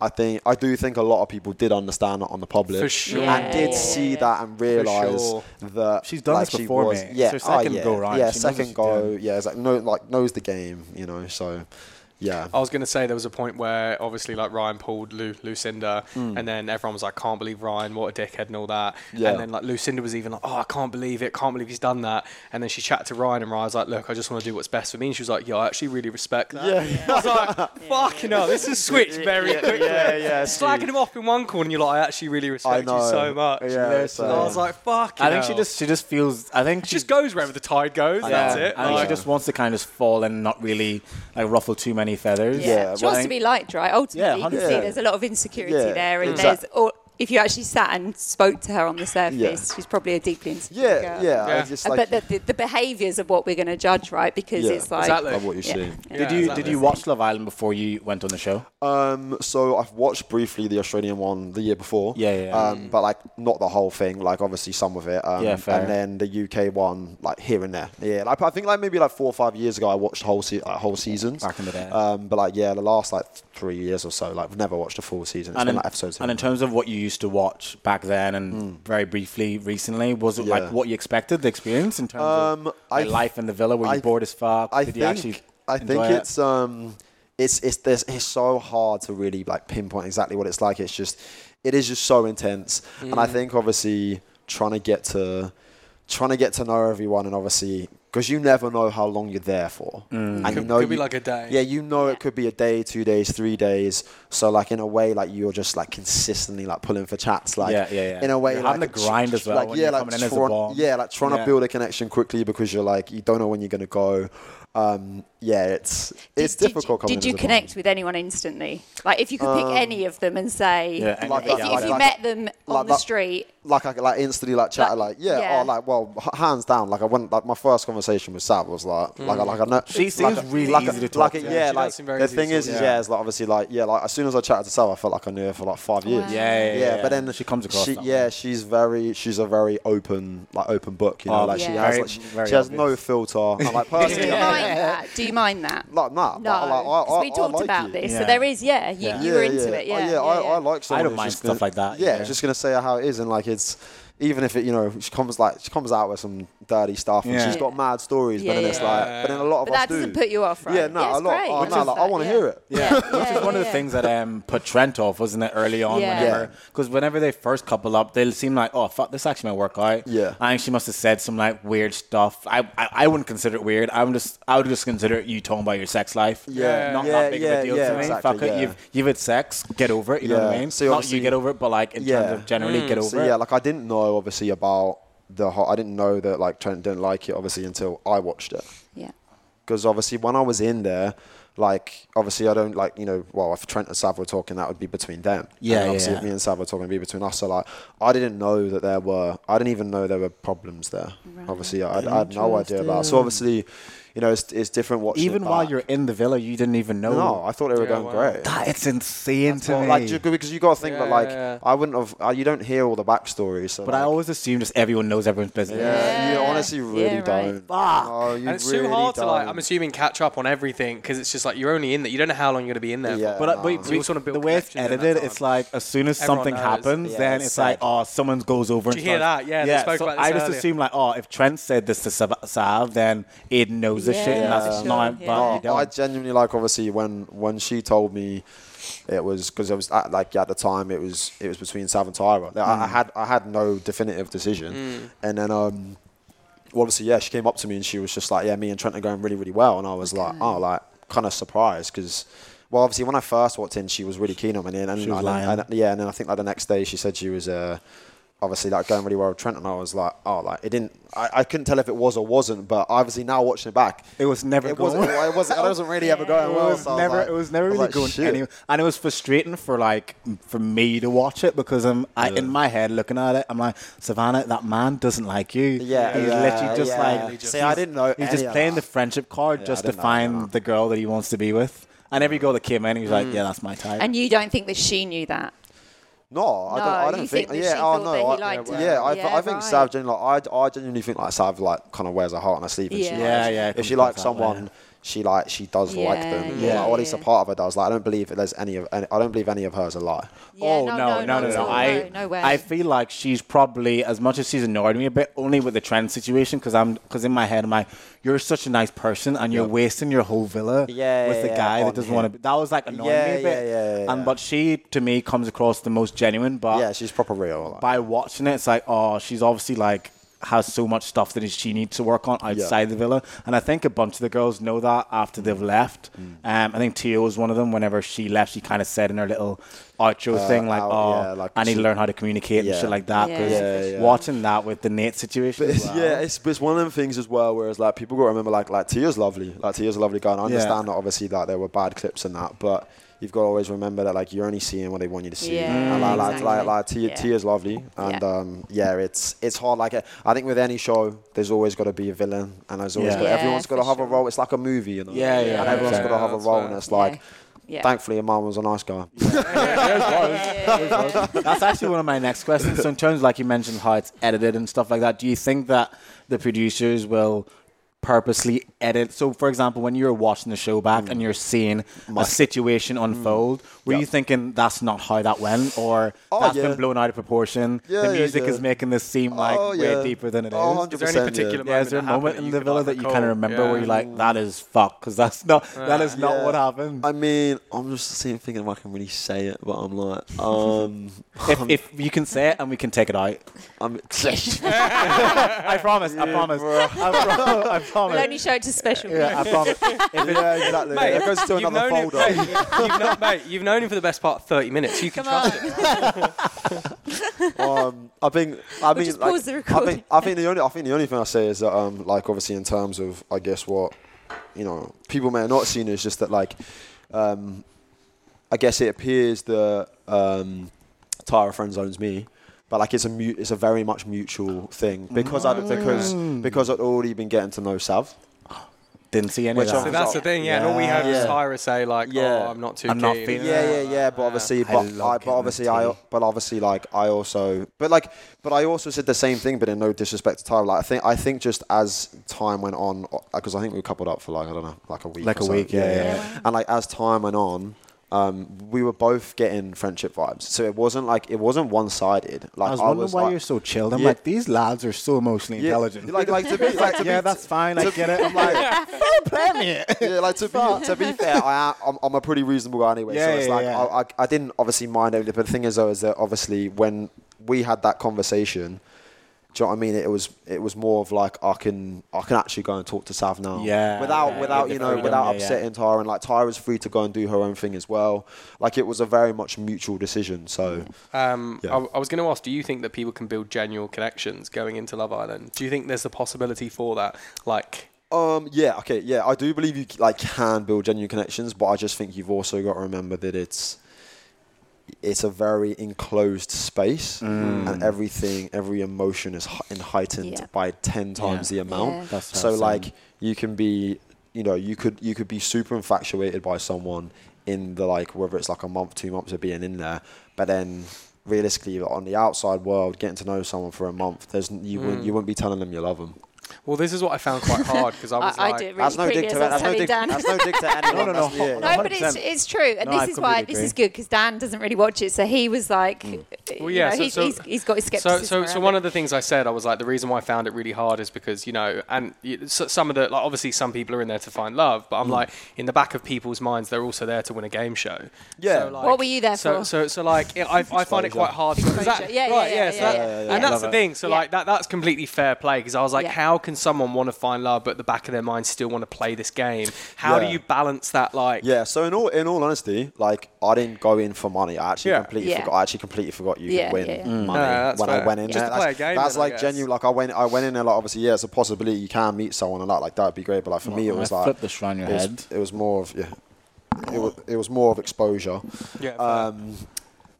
S1: I think I do think a lot of people did understand that on the public
S2: For sure.
S1: and did
S3: Yeah.
S1: see that and realize
S2: sure.
S1: that
S4: She's done
S1: like,
S4: this
S1: she
S4: before,
S1: was-
S4: mate.
S1: Yeah,
S4: It's her second
S1: oh, yeah,
S4: go
S1: Yeah,
S4: round. She knows what
S1: second
S4: she's
S1: go.
S4: doing.
S1: Yeah, it's like no, like knows the game, you know. So, yeah,
S2: I was going to say there was a point where obviously like Ryan pulled Lu- Lucinda, and then everyone was like, "Can't believe Ryan, what a dickhead," and all that.
S1: Hmm. Yeah.
S2: And then like Lucinda was even like, "Oh, I can't believe it, can't believe he's done that." And then she chatted to Ryan, and Ryan was like, "Look, I just want to do what's best for me." And she was like, "Yeah, I actually really respect that."
S1: Yeah.
S2: I was like, "Fucking hell, this has switched very quickly."
S1: yeah, yeah,
S2: Slagging him off in one corner, and you're like, "I actually really respect you
S1: know.
S2: so much."
S1: Yeah,
S2: And
S1: so-
S2: I was like, "Fuck."
S4: I think uh, she just she just feels. I think
S2: she just goes wherever the tide goes. That's
S4: Yeah.
S2: it.
S4: I think
S2: Like-
S4: she just wants to kind of fall and not really like ruffle too many feathers.
S1: Yeah,
S3: she
S1: well,
S3: wants to be liked, right? Ultimately, you can
S1: 100%.
S3: see there's a lot of insecurity
S1: Yeah,
S3: there, and
S1: exact-
S3: there's all, if you actually sat and spoke to her on the surface, she's probably a deeply insecure
S1: yeah, yeah.
S3: girl.
S1: I
S2: Yeah.
S1: just
S3: Uh,
S1: like
S3: but the, the, the behaviours of what we're going to judge, right? Because
S1: Yeah.
S3: it's like
S2: Exactly.
S1: love what you're
S3: Yeah.
S1: seeing.
S2: Yeah,
S4: Did you
S2: exactly.
S4: did you watch Love Island before you went on the show?
S1: Um, so I've watched briefly the Australian one the year before.
S4: Yeah, yeah, yeah.
S1: Um, but like not the whole thing. Like obviously some of it. Um,
S4: Yeah, fair.
S1: And then the UK one, like here and there. Yeah, like I think like maybe like four or five years ago, I watched whole se- like, whole seasons.
S4: Back in the day.
S1: Um, but like yeah, the last like three years or so, like I've never watched a full season. It's been
S4: in,
S1: like episodes. Hmm.
S4: and in terms of what you used to watch back then and very briefly recently, was it
S1: Yeah.
S4: like what you expected the experience in terms
S1: Um,
S4: of
S1: I
S4: like, life in the villa? Were you
S1: I-
S4: bored as fuck?
S1: I
S4: did
S1: think
S4: you actually
S1: I think
S4: enjoy it?
S1: it's um it's it's this it's so hard to really like pinpoint exactly what it's like. It's just it is just so intense, and I
S4: Mm.
S1: think obviously trying to get to trying to get to know everyone, and obviously because you never know how long you're there for,
S4: Mm.
S1: and you
S2: Could-
S1: know
S2: could be
S1: you-
S2: like a day.
S1: Yeah, you know it could be a day, two days, three days. So like in a way, like you're just like consistently like pulling for chats, like
S4: Yeah, yeah, yeah.
S1: in a way
S4: You're
S1: like
S4: having to grind as well
S1: Like,
S4: when
S1: yeah,
S4: you're
S1: like
S4: coming in as a
S1: trying-
S4: bomb.
S1: yeah, like trying to
S4: Yeah.
S1: build a connection quickly because you're like you don't know when you're gonna go. Um, yeah, it's it's
S3: did,
S1: difficult.
S3: Did you,
S1: coming in
S3: did you
S1: as a Um,
S3: connect with anyone instantly? Like if you could pick any of them and say,
S4: Yeah, any
S1: Like that,
S3: if, you-
S1: like
S3: if you
S1: that.
S3: met them on
S1: Like
S3: the
S1: that.
S3: street,
S1: like I like instantly like chatted like,
S3: Like,
S1: yeah,
S3: yeah.
S1: or like well h- hands down like I went like my first conversation with Sav was like
S3: Mm.
S1: like I- like I know
S4: She
S1: like,
S4: seems
S1: a-
S4: really
S1: like, a-
S4: easy to talk
S1: like a-
S4: to.
S1: yeah
S2: She
S1: like
S2: does seem very
S1: the
S2: easy
S1: thing
S2: to
S1: is
S2: talk
S1: is,
S2: to.
S1: yeah it's like obviously like yeah like as soon as I chatted to Sav I felt like I knew her for like five years
S3: Wow.
S4: yeah, yeah, yeah,
S1: but then
S4: she comes across.
S1: she-
S4: that way.
S1: yeah she's very she's a very open like open book you know
S4: Oh,
S1: like she
S3: Yeah.
S1: has
S4: very-
S1: like, she,
S4: very
S1: she has no
S4: obvious.
S1: filter and like
S3: do you
S1: personally
S3: mind that? Do you mind that?
S1: like nah, like,
S3: no,
S1: I- like, I-
S3: 'cause
S1: I-
S3: we
S1: I
S3: talked
S1: like
S3: about
S1: it.
S3: this,
S4: Yeah.
S3: so there is, yeah, you,
S4: Yeah.
S3: you were into it, yeah.
S1: Oh, yeah,
S3: yeah,
S1: I,
S3: yeah.
S1: I like someone
S4: don't
S1: who's
S4: mind
S1: just
S4: stuff
S1: gonna-
S4: like that,
S1: Yeah,
S4: yeah.
S1: just gonna say how it is, and like it's even if it, you know, she comes like she comes out with some dirty stuff, and
S4: Yeah.
S1: she's got mad stories, but
S3: Yeah,
S1: then it's
S3: yeah.
S1: like, but then a lot of
S3: But
S1: us
S3: that
S1: do.
S3: doesn't put you off, right?
S1: Yeah, no,
S3: Yeah,
S1: a
S3: it's
S1: lot.
S3: great.
S1: oh,
S3: Which
S1: no,
S3: is
S1: like, I
S3: that,
S1: want to
S3: yeah.
S1: hear it.
S4: Yeah, which is one of the
S3: yeah.
S4: things that um, put Trent off, wasn't it, early on?
S3: Yeah.
S4: Whenever, because whenever they first couple up, they seem like, oh fuck, this actually might work out.
S1: Yeah.
S4: I think she must have said some like weird stuff. I, I, I wouldn't consider it weird. I would just, I would just consider it you talking about your sex life.
S1: Yeah.
S4: not
S1: Yeah,
S4: that big of
S1: yeah,
S4: a deal
S1: yeah,
S4: to me.
S1: exactly,
S4: fuck it,
S1: yeah.
S4: you've you've had sex, get over it. You know what
S1: Yeah.
S4: I mean?
S1: So
S4: not
S1: obviously-
S4: you get over it, but like in
S1: Yeah. Mm.
S4: terms of generally get over
S1: So
S4: it.
S1: yeah, like I didn't know obviously about the whole. I didn't know that like Trent didn't like it obviously until I watched it.
S3: Yeah.
S1: because obviously when I was in there, like obviously I don't like you know well if Trent and Sav were talking that would be between them.
S4: Yeah,
S1: And obviously
S4: yeah.
S1: if me and Sav were talking it'd be between us. So like I didn't know that there were I didn't even know there were problems there. Obviously I, I had no idea about. it. So obviously you know it's, it's different watching.
S4: even
S1: it
S4: while
S1: back.
S4: you're in the villa, you didn't even know.
S1: no, I thought they were
S2: Yeah,
S1: going
S2: wow.
S1: great.
S4: that it's insane to
S1: Well,
S4: me.
S1: like ju- because you got to think that like
S2: Yeah.
S1: I wouldn't have uh, you don't hear all the backstory. So
S4: but
S1: like,
S4: I always assume just everyone knows everyone's business.
S1: yeah, you
S3: Yeah.
S1: honestly really
S3: Yeah, right.
S1: don't. No, you
S2: and it's
S1: really
S2: too hard to like.
S1: don't.
S2: I'm assuming catch up on everything because it's just like you're only in there. You don't know how long you're going to be in there.
S1: Yeah.
S2: for.
S4: But, uh,
S1: no.
S4: we,
S1: So
S2: you
S4: we-
S2: also wanna build
S4: the way it's
S2: connections in that
S4: edited,
S2: time.
S4: it's like as soon as
S2: Everyone
S4: something
S2: knows.
S4: happens,
S1: Yeah,
S4: then
S1: it's
S4: it's like,
S1: said.
S4: oh, someone goes over.
S2: Did
S4: and
S2: you hear
S4: starts-
S2: that? Yeah, they
S4: yeah.
S2: spoke
S4: so
S2: about this
S4: I just
S2: earlier.
S4: assume like, oh, if Trent said this to Sav, Sav then Aiden knows this shit, and
S3: Yeah,
S4: that's
S3: for
S4: not. But
S3: sure, yeah.
S4: you
S1: Oh, I
S4: don't.
S1: genuinely like obviously when when she told me it was because it was at, like at the time it was it was between Sav and Tyra. Like, I, I
S4: Mm.
S1: had I had no definitive decision, and then um, well, obviously yeah, she came up to me and she was just like yeah, me and Trent are going really really well, and I was like oh like kind of surprised because. Well, obviously, when I first walked in, she was really keen on me, and, and,
S4: She was
S1: and-
S4: lying.
S1: and- yeah, and then I think like the next day she said she was uh, obviously like going really well with Trent, and I was like, oh, like it didn't, I, I couldn't tell if it was or wasn't, but obviously now watching it back,
S4: It was never
S1: it
S4: going
S1: wasn't, it wasn't, it wasn't really ever going
S4: It
S1: well.
S4: was
S1: so I
S4: never.
S1: like-
S4: it was never
S1: I
S4: really
S1: like,
S4: going
S1: "Shit."
S4: anywhere, and it was frustrating for like m- for me to watch it because I'm I, in my head looking at it. I'm like, Savannah, that man doesn't like you.
S1: Yeah,
S4: he's
S1: yeah,
S4: literally just
S1: yeah.
S4: like.
S1: See, I didn't know
S4: He's
S1: any
S4: just
S1: of
S4: playing
S1: that.
S4: the friendship card
S1: Yeah,
S4: just
S1: I
S4: to
S1: didn't know any of
S4: find
S1: that. Mm.
S4: the girl that he wants to be with, and every girl that came in, he was like, yeah, that's my type.
S3: And you don't think that she knew that?
S1: No, I don't.
S3: No,
S1: I
S3: you
S1: don't
S3: think
S1: think.
S3: that she
S1: yeah, oh
S3: thought
S1: no.
S3: that he
S1: I,
S3: liked
S1: yeah,
S3: her.
S1: I, th-
S3: Yeah,
S1: I think
S3: right.
S1: Sav genuinely. Like, I, I genuinely think like Sav like kind of wears her heart on her sleeve. And She,
S3: Yeah.
S1: like,
S3: Yeah,
S4: yeah,
S1: If
S4: comes
S1: she likes
S4: across that way.
S1: someone, she like she does like
S3: Yeah,
S1: them.
S3: yeah,
S1: Yeah, like, or at least a
S3: yeah.
S1: part of her does. Like I don't believe that there's any of. Any, I don't believe any of her is a lie.
S4: oh no, no, no, no!
S3: at all.
S4: I,
S3: no, no way.
S4: I feel like she's probably as much as she's annoyed me a bit, only with the trend situation. Because I'm, because in my head, I'm like, you're such a nice person, and you're
S1: Yeah.
S4: wasting your whole villa
S1: Yeah,
S4: with the
S1: yeah,
S4: guy
S1: on
S4: that doesn't
S1: him.
S4: want to. be That was like annoying
S1: Yeah,
S4: me a bit.
S1: yeah, yeah, yeah,
S4: And
S1: yeah.
S4: but she, to me, comes across the most genuine. But
S1: yeah, she's proper real. Like,
S4: by watching it, it's like, oh, she's obviously like has so much stuff that she needs to work on outside the villa. And I think a bunch of the girls know that after they've
S1: Mm.
S4: left. Um, I think Tio was one of them. Whenever she left, she kind of said in her little outro thing, like,
S1: Uh, out-
S4: oh,
S1: yeah, like
S4: I need
S1: she-
S4: to learn how to communicate and
S1: Yeah.
S4: shit like that.
S3: Yeah.
S4: 'Cause
S1: Yeah, yeah.
S4: watching that with the Nate situation. as
S1: It's-
S4: well.
S1: Yeah, it's, but it's one of them things as well. Whereas like people got to remember like like Tia's lovely, like Tia's a lovely guy. And I
S4: Yeah.
S1: understand that obviously like there were bad clips and that, but you've got to always remember that like you're only seeing what they want you to see.
S3: Yeah,
S1: and, like, like,
S3: exactly.
S1: like, like Tia,
S3: Yeah.
S1: Tia's lovely, and
S3: Yeah.
S1: um yeah, it's it's hard. Like uh, I think with any show, there's always got to be a villain, and there's always
S4: Yeah.
S1: got,
S3: Yeah,
S1: everyone's got to
S3: for
S1: have a
S3: sure.
S1: role. It's like a movie, you know.
S4: Yeah, yeah,
S1: And everyone's
S4: yeah.
S1: got to have a
S2: That's
S1: role,
S2: fair.
S1: and it's like.
S3: yeah.
S1: Thankfully, Imam was a nice guy.
S4: That's actually one of my next questions. So in terms, like you mentioned, how it's edited and stuff like that, do you think that the producers will purposely edit? So, for example, when you're watching the show back and you're seeing a situation unfold, were
S1: Mm. Yeah.
S4: you thinking that's not how that went, or
S1: Oh,
S4: that's
S1: yeah.
S4: been blown out of proportion?
S1: Yeah,
S4: the
S1: yeah,
S4: music
S1: yeah.
S4: is making this seem like
S1: Oh,
S4: way
S1: yeah.
S4: deeper than it is.
S1: Oh, 100%,
S2: Is there any particular
S4: Yeah, is there a
S2: moment that
S4: moment
S2: happened
S4: in
S2: that
S4: the
S2: you
S4: villa
S2: could,
S4: that
S2: like,
S4: you kind of
S2: recall?
S4: remember where
S2: Yeah.
S4: you're like, "That is fuck," because that's not that is not
S1: Yeah.
S4: what happened.
S1: I mean, I'm just seeing, thinking if I can really say it, but I'm like, um,
S4: if, if you can say it and we can take it out,
S1: I'm,
S4: I promise. I promise. I, pro- I promise.
S3: We'll only show it to special.
S4: Yeah, I promise.
S1: yeah, exactly.
S2: Mate,
S1: it goes to
S2: you've
S1: another
S2: known him-
S1: folder.
S2: mate, you've known- mate, you've known him for the best part of 30 minutes. You can
S3: Come
S2: trust
S3: on.
S2: him.
S1: um, I think I mean,
S3: just
S1: like,
S3: pause the
S1: I
S3: recording.
S1: think I think the only I think the only thing I say is that um, like obviously in terms of I guess what you know people may have not seen is just that like um, I guess it appears that um, Tyra friend zones me. But like it's a mu- it's a very much mutual thing because I
S3: Mm.
S1: because because I'd already been getting to know Sav.
S4: Didn't see any
S1: Which
S4: of
S2: So
S1: I'm-
S4: that.
S2: that's the thing, yeah. And all we heard was
S1: Yeah.
S2: Tyra say like,
S1: Yeah.
S2: "Oh, I'm not too
S4: I'm
S2: keen."
S4: not feeling
S1: Yeah, yeah, yeah. But obviously, but
S4: love
S1: I, but
S4: getting
S1: obviously,
S4: the
S1: I,
S4: tea.
S1: but obviously, like I also, but like, but I also said the same thing, but in no disrespect to Tyler. Like, I think, I think just as time went on, because I think we were coupled up for like I don't know, like a week,
S4: Like
S1: or
S4: a
S1: so.
S4: week, yeah, yeah,
S1: And like as time went on. Um, we were both getting friendship vibes, so it wasn't like it wasn't one-sided. Like
S4: I was wondering why
S1: like-
S4: you're so chilled. I'm
S1: Yeah.
S4: like, these lads are so emotionally
S1: Yeah,
S4: intelligent.
S1: Like, like to be, like to
S4: yeah,
S1: be,
S4: that's fine. I
S1: to-
S4: get it. I'm like, play me.
S1: yeah, like to be, to be fair, I am, I'm, I'm a pretty reasonable guy anyway. so
S4: Yeah,
S1: it's
S4: yeah,
S1: like
S4: yeah.
S1: I, I, I didn't obviously mind it, but the thing is though is that obviously when we had that conversation, do you know what I mean? It was it was more of like I can I can actually go and talk to Sav now.
S4: Yeah,
S1: Without
S4: yeah,
S1: without
S4: yeah,
S1: you
S4: the
S1: know
S4: freedom,
S1: without
S4: yeah, yeah.
S1: upsetting Tyra and like Tyra's free to go and do her own thing as well. Like it was a very much mutual decision. So
S2: Um,
S1: Yeah.
S2: I, I was going to ask, do you think that people can build genuine connections going into Love Island? Do you think there's a possibility for that? Like,
S1: Um. Yeah. Okay. Yeah. I do believe you like can build genuine connections, but I just think you've also got to remember that it's it's a very enclosed space,
S4: Mm.
S1: and everything, every emotion is hei- and heightened
S3: Yeah.
S1: by ten times
S4: Yeah.
S1: the amount.
S3: Yeah.
S4: That's
S1: So
S4: what I'm
S1: like
S4: saying.
S1: you can be, you know, you could you could be super infatuated by someone in the like whether it's like a month, two months of being in there, but then
S4: Mm.
S1: realistically on the outside world, getting to know someone for a month, there's n- you wouldn't you wouldn't be telling them you love them.
S2: Well, this is what I found quite hard because I
S3: I,
S2: was
S3: I
S2: like,
S3: did really
S1: That's no dig
S3: previous.
S1: to
S3: I was
S1: That's no
S3: telling
S1: dig.
S3: Dan.
S1: That's no dig to anyone.
S4: No, no, no.
S1: That's you.
S4: No,
S3: No, but it's,
S4: 100%.
S3: it's true, and
S4: No, I
S3: this is why
S4: completely
S3: this is
S4: agree.
S3: good because Dan doesn't really watch it, so he was like,
S1: Hmm.
S3: uh,
S2: Well,
S3: you
S2: yeah,
S3: know,
S2: so-
S3: he's,
S2: so-
S3: he's, he's got his
S2: So,
S3: skepticism.
S2: so, so
S3: around
S2: one
S3: it.
S2: of the things I said, I was like, the reason why I found it really hard is because you know, and y- so- some of the like, obviously, some people are in there to find love, but
S1: Hmm.
S2: I'm like, in the back of people's minds, they're also there to win a game show.
S1: Yeah.
S2: So, like,
S3: What were you there
S2: so,
S3: for?
S2: So, so, like, it, I, I find it quite hard. To, is that,
S3: Yeah, yeah,
S2: right,
S3: yeah,
S2: so
S3: yeah,
S2: that-
S3: yeah, yeah.
S2: And that's
S4: Love
S2: the
S4: it.
S2: thing. So,
S3: Yeah.
S2: like, that that's completely fair play because I was like,
S3: Yeah.
S2: how can someone want to find love, but at the back of their mind still want to play this game? How
S1: Yeah.
S2: do you balance that? Like,
S1: Yeah. So in all in all honesty, like I didn't go in for money. I actually
S2: Yeah.
S1: completely
S3: Yeah.
S1: forgot. I actually completely forgot you
S3: Yeah,
S1: could win
S3: yeah, yeah.
S1: money
S2: No, that's
S1: when I
S2: fair.
S1: went in.
S2: Just
S1: there.
S2: to
S1: that's
S2: play a game
S1: that's
S2: then, I
S1: like
S2: guess.
S1: genuine. Like I went I went in there. Like obviously, yeah, it's a possibility you can meet someone and that. Like that'd be great. But like for me, it
S4: I
S1: was like
S4: flipped this round your
S1: it was,
S4: head.
S1: It was more of yeah. It was, it was more of exposure.
S2: Yeah, fair.
S1: Um,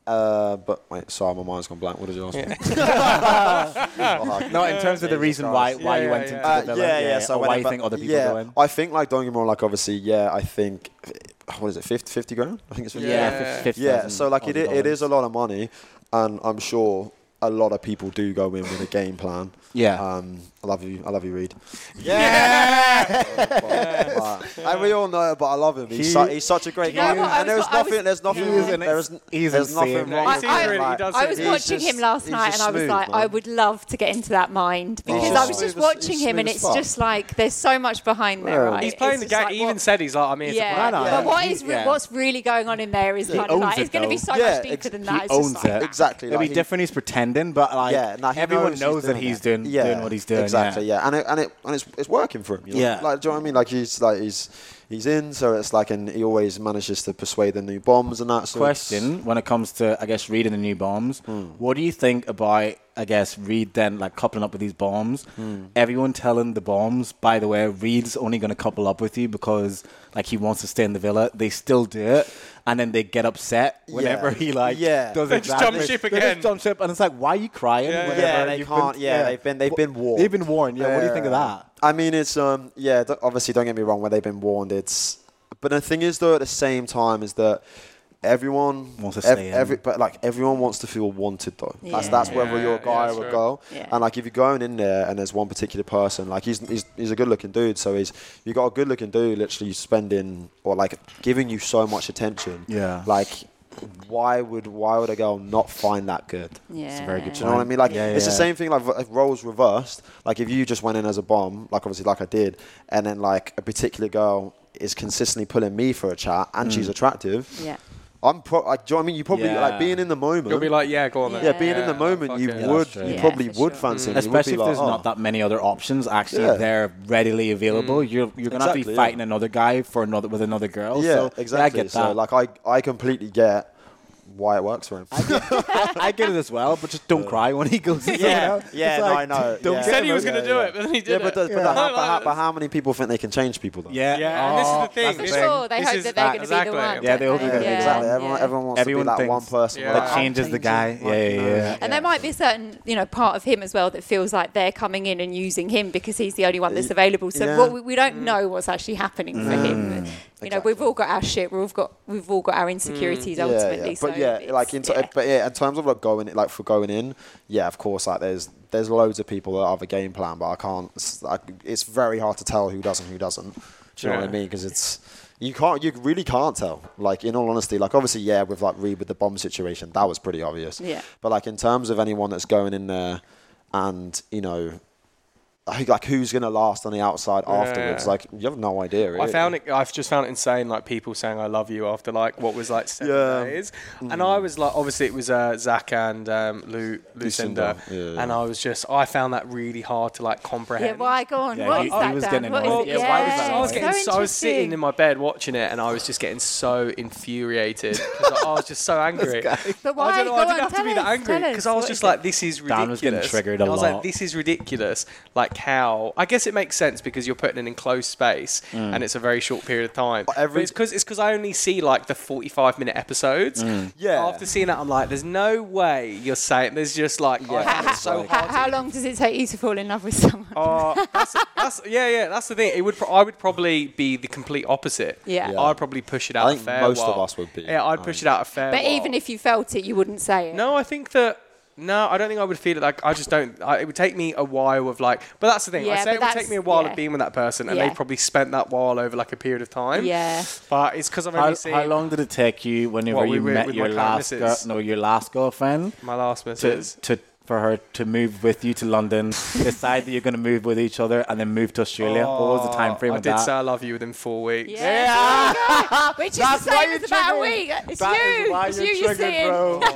S1: uh, but wait, sorry, my mind's gone blank. What did you ask me? Oh,
S4: No, in terms of the
S1: Jesus
S4: reason
S1: Christ.
S4: why why
S2: Yeah,
S4: you
S2: yeah,
S4: went into
S2: yeah.
S1: Uh,
S4: the villa,
S1: yeah, yeah. So
S4: or
S1: when
S4: why
S1: I-
S4: you think other people
S1: yeah,
S4: go in?
S1: I think like don't get me wrong. Like obviously, yeah. I think what is it? 50, 50 grand? I think it's 50
S2: Yeah.
S1: grand.
S2: Yeah.
S4: fif- fifty
S1: Yeah,
S4: thousand
S1: so like it,
S4: Aussie
S1: i- it is a
S4: dollars.
S1: lot of money, and I'm sure a lot of people do go in with a game plan.
S4: Yeah,
S1: Um, I love you. I love you, Reed.
S4: yeah.
S1: and we all know, but I love him. He's,
S4: He-
S1: su- he's such a great
S3: Do you know
S1: guy.
S3: what? I
S1: And there
S3: was
S1: was
S3: wa- I was-
S1: nothing. there's nothing.
S4: He is an
S1: there
S4: ex-
S1: is,
S4: he is
S1: there's
S4: insane.
S1: nothing
S2: No,
S1: wrong.
S2: he
S1: with
S2: seems
S1: him,
S2: really- he
S1: like-
S2: does
S3: I was
S2: He's
S3: watching
S1: just-
S3: him last
S1: he's
S3: night,
S1: just
S3: and I was
S1: smooth,
S3: like,
S1: man.
S3: I would love to get into that mind because
S1: just
S3: I was
S1: smooth
S3: just
S1: as- he's
S3: watching him, and
S1: smooth as
S3: it's
S1: fuck.
S3: just like there's so much behind there.
S1: Yeah.
S3: Right?
S2: he's playing
S3: It's
S2: the
S3: just
S2: game.
S3: like,
S2: he even
S3: what-
S2: said he's like, I'm here to play.
S3: yeah,
S4: No, no,
S3: but what
S4: he-
S3: is re-
S4: yeah.
S3: what's really going on in there is kind of
S4: owns
S3: like
S4: it,
S3: it's going to be
S4: though.
S3: so
S1: Yeah,
S3: much deeper
S1: ex-
S3: than
S4: he
S3: that. It's
S4: owns
S3: just like,
S4: it.
S1: Exactly.
S4: It'll
S1: like
S4: be
S1: he-
S4: different. He's pretending, but like
S1: Yeah, nah, he
S4: everyone
S1: knows
S4: knows,
S1: he's
S4: that
S1: doing
S4: he's
S1: it.
S4: doing
S1: Yeah,
S4: doing what he's doing.
S1: Exactly.
S4: Yeah.
S1: Yeah, and it and it and it's it's working for him. You know?
S4: Yeah.
S1: Like, do you know what I mean? Like he's like he's he's in, so it's like, and he always manages to persuade the new bombs and that. So Hmm. it's-
S4: Question: When it comes to, I guess, reading the new bombs, what do you think about, I guess, Reed then like coupling up with these bombs?
S1: Hmm.
S4: Everyone telling the bombs, by the way, Reed's only going to couple up with you because like he wants to stay in the villa. They still do it, and then they get upset whenever
S1: Yeah.
S4: he like
S1: Yeah.
S4: does
S2: They just
S4: exactly.
S2: jump ship
S4: They
S2: again.
S4: just jump ship, and it's like, why are you crying?
S2: Yeah, yeah.
S4: whenever
S1: Yeah, they
S4: you've
S1: can't. yeah, they've been they've been warned.
S4: They've been warned. Yeah, what do you think of
S1: Yeah.
S4: that?
S1: I mean, it's um yeah. th- Obviously, don't get me wrong. Where they've been warned, it's but the thing is though, at the same time, is that everyone
S4: Wants to
S1: ev-
S4: stay in.
S1: every, but like everyone wants to feel wanted though. That's
S3: Yeah.
S1: that's whether
S2: Yeah,
S1: you're a guy
S2: yeah,
S1: or a
S2: true.
S1: girl.
S3: Yeah.
S1: And like if you're going in there and there's one particular person, like he's he's, he's a good looking dude, so he's you got a good looking dude literally spending or like giving you so much attention.
S4: Yeah.
S1: Like why would why would a girl not find that good?
S3: yeah.
S4: It's a very good
S1: Do you know what I mean? Like
S4: Yeah,
S1: it's the
S4: yeah.
S1: same thing. Like if roles reversed. Like if you just went in as a bomb, like obviously like I did, and then like a particular girl is consistently pulling me for a chat, and she's attractive.
S3: Yeah.
S1: I'm pro- like, do you know what I mean? You probably
S4: Mm. Yeah.
S1: like being in the moment.
S2: You'll be like, yeah, go on
S3: Yeah.
S2: then.
S1: yeah, being in the
S2: Yeah,
S1: moment,
S2: fuck
S1: you
S2: it.
S4: Yeah,
S1: would,
S4: that's true.
S1: you
S3: Yeah,
S1: probably
S3: for
S1: would
S3: sure.
S1: fancy. him. You would
S4: Especially
S1: be
S4: if
S1: like,
S4: there's
S1: oh.
S4: not that many other options actually
S1: Yeah. Mm.
S4: there readily available. You're you're gonna have to
S1: Exactly,
S4: be
S1: yeah.
S4: fighting another guy for another with another girl.
S1: Yeah,
S4: so,
S1: exactly.
S4: I get that.
S1: So like I, I completely get why it works for him.
S4: I get it as well, but just don't cry when he goes. in,
S1: Yeah,
S4: you know?
S1: yeah,
S4: It's
S1: no, I know.
S4: Don't
S1: Yeah.
S4: get
S2: He said he was
S1: Yeah,
S2: going to
S1: yeah.
S2: do it, but then he did
S1: yeah,
S2: it.
S1: but, the, but, the, how,
S2: I know
S1: but, how,
S2: that's-
S1: but how many people think they can change people though?
S4: Yeah, Oh,
S2: Yeah, and this is the thing.
S3: For
S2: this
S4: thing.
S3: sure, they
S2: this
S3: hope
S2: is-
S3: that they're going to
S2: exactly.
S3: be the one.
S4: Yeah, they hope
S3: don't
S4: they're gonna be the
S3: Yeah,
S1: Exactly.
S4: one.
S1: Everyone,
S3: yeah.
S1: everyone wants
S4: Everyone
S1: to be that one
S4: thinks-
S1: person
S2: Yeah.
S1: they
S2: That
S1: can't
S4: changes the
S1: change
S4: guy.
S1: him.
S4: Yeah,
S1: Like, you know,
S4: yeah, yeah.
S3: And there might be a certain, you know, part of him as well that feels like they're coming in and using him because he's the only one that's
S1: Y-
S3: available. So
S1: yeah. Mm.
S3: what we, we don't know what's actually happening for him. You know, we've
S1: Exactly.
S3: all got our shit. We've all got we've all got our insecurities ultimately.
S1: But
S3: so
S1: yeah,
S3: it's-
S1: like in t-
S3: yeah.
S1: but yeah, in terms of like going like for going in, yeah, of course, like there's there's loads of people that have a game plan, but I can't. It's, like, it's very hard to tell who does and who doesn't. Do you know what I
S2: Yeah.
S1: mean? Because it's you can't you really can't tell. Like in all honesty, like obviously, yeah, with like Reed with the bomb situation, that was pretty obvious.
S3: Yeah.
S1: But like in terms of anyone that's going in there, and you know. Like like, who's gonna last on the outside afterwards?
S2: Yeah.
S1: Like you have no idea.
S2: I
S1: Really.
S2: found it. I've just found it insane. Like people saying "I love you" after like what was like seven
S1: Yeah. Mm.
S2: days, and I was like, obviously it was uh, Zach and um, Lu-
S1: Lucinda,
S2: Lucinda,
S1: yeah.
S2: and I was just, I found that really hard to like
S3: Yeah,
S2: comprehend.
S3: why go on?
S4: Yeah,
S3: what
S4: he-
S3: is
S4: he
S3: that,
S4: was
S3: Dan?
S4: getting
S3: What is
S4: annoyed.
S3: it?
S4: Yeah, why was that
S2: I was,
S4: annoying?
S2: getting so, I was sitting in
S3: interesting.
S2: my bed watching it, and I was just getting so infuriated 'cause I was just so angry.
S3: But
S2: I
S3: why?
S2: don't know.
S3: Go
S2: I didn't
S3: on,
S2: have to be
S3: tell
S2: that
S3: us,
S2: angry
S3: tell us,
S2: because I
S3: what
S2: was just
S3: is it?
S2: like, "This is ridiculous."
S4: Dan was getting triggered a
S2: I was
S4: lot.
S2: like, "This is ridiculous." Like how? I guess it makes sense because you're putting an enclosed space
S4: Mm.
S2: and it's a very short period of time. But
S1: every-
S2: it's because it's because I only see like the 45 minute episodes.
S4: Mm.
S1: Yeah.
S2: After seeing that, I'm like, "There's no way you're saying." There's just like, I
S1: Yeah.
S2: found it so
S1: Like-
S2: hard
S3: how, how long does it take you to fall in love with someone?
S2: Oh, that's, that's, yeah, yeah. That's the thing. It would. Pro- I would probably be the complete opposite.
S3: Yeah. Yeah.
S2: I'd probably push it out.
S1: I think
S2: a fair
S1: most of
S2: while.
S1: us would be,
S2: Yeah, I'd
S1: I
S2: push it
S1: mean.
S2: out a fair.
S3: But
S2: while.
S3: even if you felt it, you wouldn't say it.
S2: no, I think that No, I don't think I would feel it. Like I just don't. I, it would take me a while of like. But that's the thing.
S3: Yeah,
S2: I say
S3: but
S2: it would take
S3: that's-
S2: me a while
S3: yeah.
S2: of being with that person, and
S3: Yeah.
S2: they probably spent that while over like a period of time.
S3: Yeah.
S2: But it's because I've only
S4: How,
S2: seen
S4: how long did it take you whenever
S2: What,
S4: you
S2: we were-
S4: met
S2: with
S4: your
S2: my
S4: last
S2: current
S4: girl,
S2: missus?
S4: no your last girlfriend
S2: my last
S4: to,
S2: missus.
S4: to for her to move with you to London, decide that you're going to move with each other, and then move to Australia? what was the time frame
S2: Oh, I
S4: of
S2: did
S4: that?
S2: say I love you within four weeks.
S3: Yeah. Which is the
S4: That's why
S3: same
S4: you're
S3: as about a
S4: triggered.
S3: week. It's
S4: ah, That
S3: you.
S4: is why
S3: it's
S4: you're
S3: you you're
S4: triggered,
S3: seeing.
S4: bro. that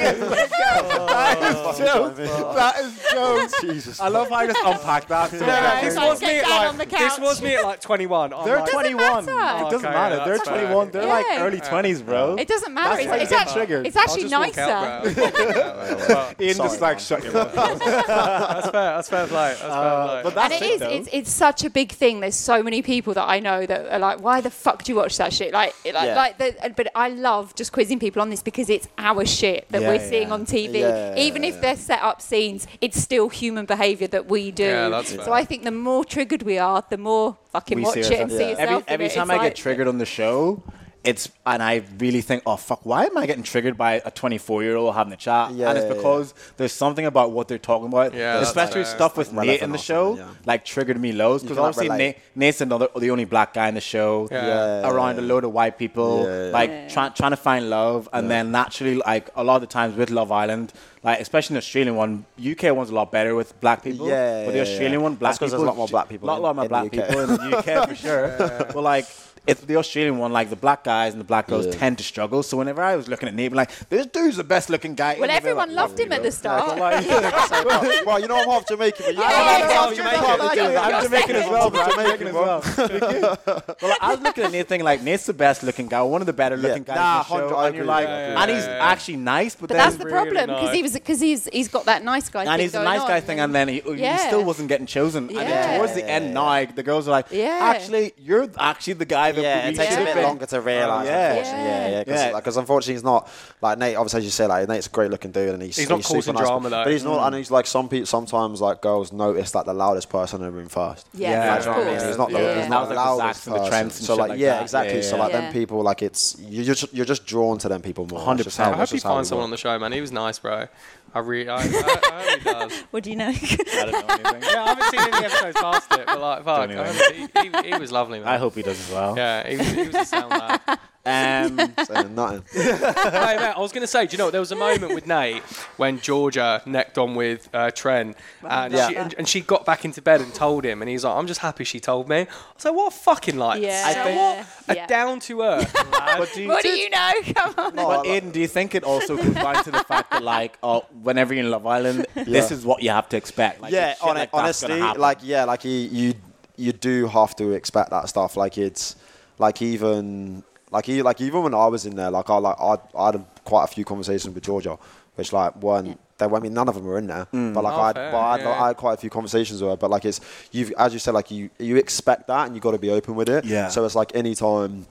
S4: Oh, is jokes. That is jokes.
S1: Jesus.
S4: I love how I just unpacked that.
S2: No, no,
S3: Yeah,
S2: this
S3: like,
S2: was
S3: get
S2: me at
S3: down
S2: like
S3: on the
S2: this
S3: couch.
S2: was me at like 21. I'm
S4: They're
S2: like,
S4: 21.
S3: matter.
S4: It doesn't
S2: Okay,
S4: matter. They're
S2: that's fair.
S4: 21. They're like
S3: Yeah.
S4: early 20s, bro.
S3: It doesn't matter.
S4: That's
S3: It's,
S4: why you
S3: it's,
S4: get
S3: actually,
S4: triggered.
S3: it's
S2: I'll
S3: actually
S2: just walk
S3: nicer.
S2: out, bro. Well,
S4: Ian
S1: Sorry,
S4: just like
S1: man.
S4: shut your mouth.
S2: that's fair. That's fair play. That's fair play.
S4: Uh, But
S3: and
S4: that's
S3: it
S4: it,
S3: is.
S4: though.
S3: It's, it's such a big thing. There's so many people that I know that are like, "Why the fuck do you watch that shit?" Like, like,
S1: Yeah.
S3: like the, but I love just quizzing people on this because it's our shit that
S4: Yeah,
S3: we're seeing
S4: yeah.
S3: on TV.
S1: Yeah,
S3: Even if
S1: yeah.
S3: they're set up scenes, it's still human behaviour that we do.
S2: Yeah, that's
S3: so
S2: fair.
S3: I think the more triggered we are, the more fucking
S4: we
S3: watch it and
S4: ourselves.
S3: see yourself.
S4: Every,
S3: in
S4: every
S3: it. It's
S4: time I
S3: like-
S4: get triggered on the show, it's and I really think, oh fuck, why am I getting triggered by a 24 year old having a chat?
S1: Yeah,
S4: and it's
S1: yeah,
S4: because there's something about what they're talking about,
S2: Yeah, that's
S4: especially
S2: like-
S4: stuff with
S1: relevant
S4: Nate in the
S1: or
S4: show,
S1: something, yeah.
S4: like triggered me lows because
S1: can, like,
S4: obviously Nate,
S1: relate.
S4: Nate's another the only black guy in the show.
S2: Yeah.
S1: Yeah.
S4: Around a load of white people,
S1: Yeah, yeah.
S4: like trying trying to find love, and then naturally, like a lot of the times with Love Island, like especially the Australian one, UK one's a lot better with black people.
S1: Yeah,
S4: but the
S1: yeah,
S4: Australian
S1: yeah.
S4: one, black
S1: That's 'cause
S4: people,
S1: there's a lot more black people
S4: lot,
S1: in-
S4: lot more
S1: in the
S4: black
S1: UK.
S4: people in the UK for sure. But like it's the Australian one, like the black guys and the black girls
S1: Yeah.
S4: tend to struggle. So whenever I was looking at Nate, I'm like this dude's the best looking guy.
S3: Well,
S4: in the
S3: everyone loved him at the start.
S1: well, you know I'm half Jamaican, but you
S3: Yeah,
S1: know,
S3: yeah,
S1: I'm half
S3: yeah,
S1: Jamaican.
S3: yeah,
S1: but you
S3: yeah,
S1: know,
S3: yeah.
S1: I'm
S4: I'm Jamaican as well, bro. I'm Jamaican as
S1: Jamaican
S4: well. But like, I was looking at Nate thinking like Nate's the best looking guy, one of the better looking
S1: Yeah.
S4: guys
S1: Nah,
S4: in the
S1: 100,
S4: show,
S1: I
S4: and you're
S1: agree,
S4: like,
S1: I
S2: agree.
S4: and he's
S2: Yeah, yeah, yeah.
S4: actually nice, but,
S3: But
S4: then
S3: that's the problem because
S2: nice.
S3: he was because he's he's got that nice guy.
S4: and
S3: thing
S4: he's a
S3: going
S4: nice
S3: on,
S4: guy thing, and then he,
S3: Yeah.
S4: he still wasn't getting chosen. And
S3: Yeah.
S4: then towards the end, now like, the girls are like,
S3: Yeah.
S4: actually, you're actually the guy that
S1: Yeah,
S4: we
S1: it takes a
S4: should
S3: Yeah.
S4: have
S1: bit
S4: been."
S1: longer to realise.
S4: Yeah.
S1: unfortunately. yeah, yeah, because
S4: Yeah.
S1: unfortunately he's not like Nate. Obviously, as you say, like Nate's a great-looking dude, and he's
S2: He's not
S1: super
S2: causing
S1: nice,
S2: drama, though.
S1: But he's not, and he's like some people. Sometimes like girls notice like the loudest person in the room first.
S3: Yeah,
S4: Yeah.
S3: of
S1: Do you know what I mean?
S3: course.
S1: He's not the,
S3: Yeah.
S1: he's
S4: That
S1: not
S4: was
S1: the
S4: like the
S1: loudest
S4: Zaks and the
S1: person.
S4: Trents and
S1: so
S4: shit
S1: like,
S4: like
S1: yeah,
S4: that.
S1: exactly.
S4: Yeah,
S1: so
S4: yeah,
S1: like,
S3: yeah.
S1: then people like it's you're just you're just drawn to them people more. That's
S4: 100%.
S1: just how-
S2: I hope
S1: that's
S2: he
S1: just how
S2: finds
S1: we work.
S2: someone on the show, man. He was nice, bro. I really, I, I, I hope he does.
S3: What do you know?
S4: I don't know anything.
S2: Yeah, I haven't seen any episodes past it, but like, fuck,
S4: Don't know
S2: I haven't- he, he, he was lovely, man.
S4: I hope he does as well.
S2: Yeah, he was, he was a sound lad.
S4: Um,
S1: Saying nothing.
S2: Hey, mate, I was going to say, do you know, there was a moment with Nate when Georgia necked on with uh, Trent and,
S1: Yeah.
S2: she, and, and she got back into bed and told him, and he's like, I'm just happy she told me. I was like, what a fucking like,
S3: Yeah.
S2: I
S3: I
S2: think,
S3: think-
S2: what a
S3: Yeah.
S2: down to earth.
S4: but do you,
S3: what do you know? Come on.
S4: but Aiden, do you think it also comes down to the fact that, like, uh, whenever you're in Love Island, this
S1: Yeah.
S4: is what you have to expect? Like,
S1: yeah,
S4: shit
S1: hon-
S4: like that's gonna
S1: honestly,
S4: happen.
S1: like yeah, like you, you you do have to expect that stuff. Like it's like even like you like even when I was in there, like I like I I had quite a few conversations with Georgia, which like weren't. They, were- I mean, none of them were in there,
S4: Mm.
S1: but like
S2: Oh,
S1: I, had,
S2: fair,
S1: but I, had,
S2: yeah,
S1: like,
S2: yeah.
S1: I had quite a few conversations with her. But like it's you, as you said, like you, you expect that, and you got to be open with it.
S4: Yeah.
S1: So it's like any time,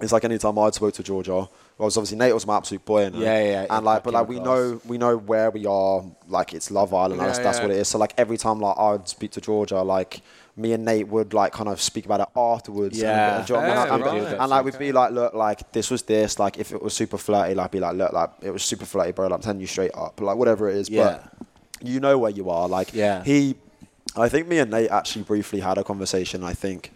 S1: it's like any time I spoke to Georgia, well, it was obviously Nate was my absolute boy, in it.
S4: Yeah, yeah, yeah,
S1: and like,
S4: that
S1: but
S4: came
S1: like we
S4: across.
S1: know, we know where we are. Like it's Love Island,
S2: Yeah,
S1: that's, that's
S2: yeah.
S1: what it is is. So like every time like I would speak to Georgia, like me and Nate would like kind of speak about it afterwards.
S4: Yeah.
S1: And, do you know what
S2: Yeah,
S1: I mean? Like, and,
S2: right.
S1: and, like we'd be like, look, like this was this. Like if it was super flirty, like be like, look, like it was super flirty, bro. Like I'm telling you straight up, like whatever it is.
S4: Yeah.
S1: But you know where you are. Like
S4: Yeah.
S1: he, I think me and Nate actually briefly had a conversation. I think.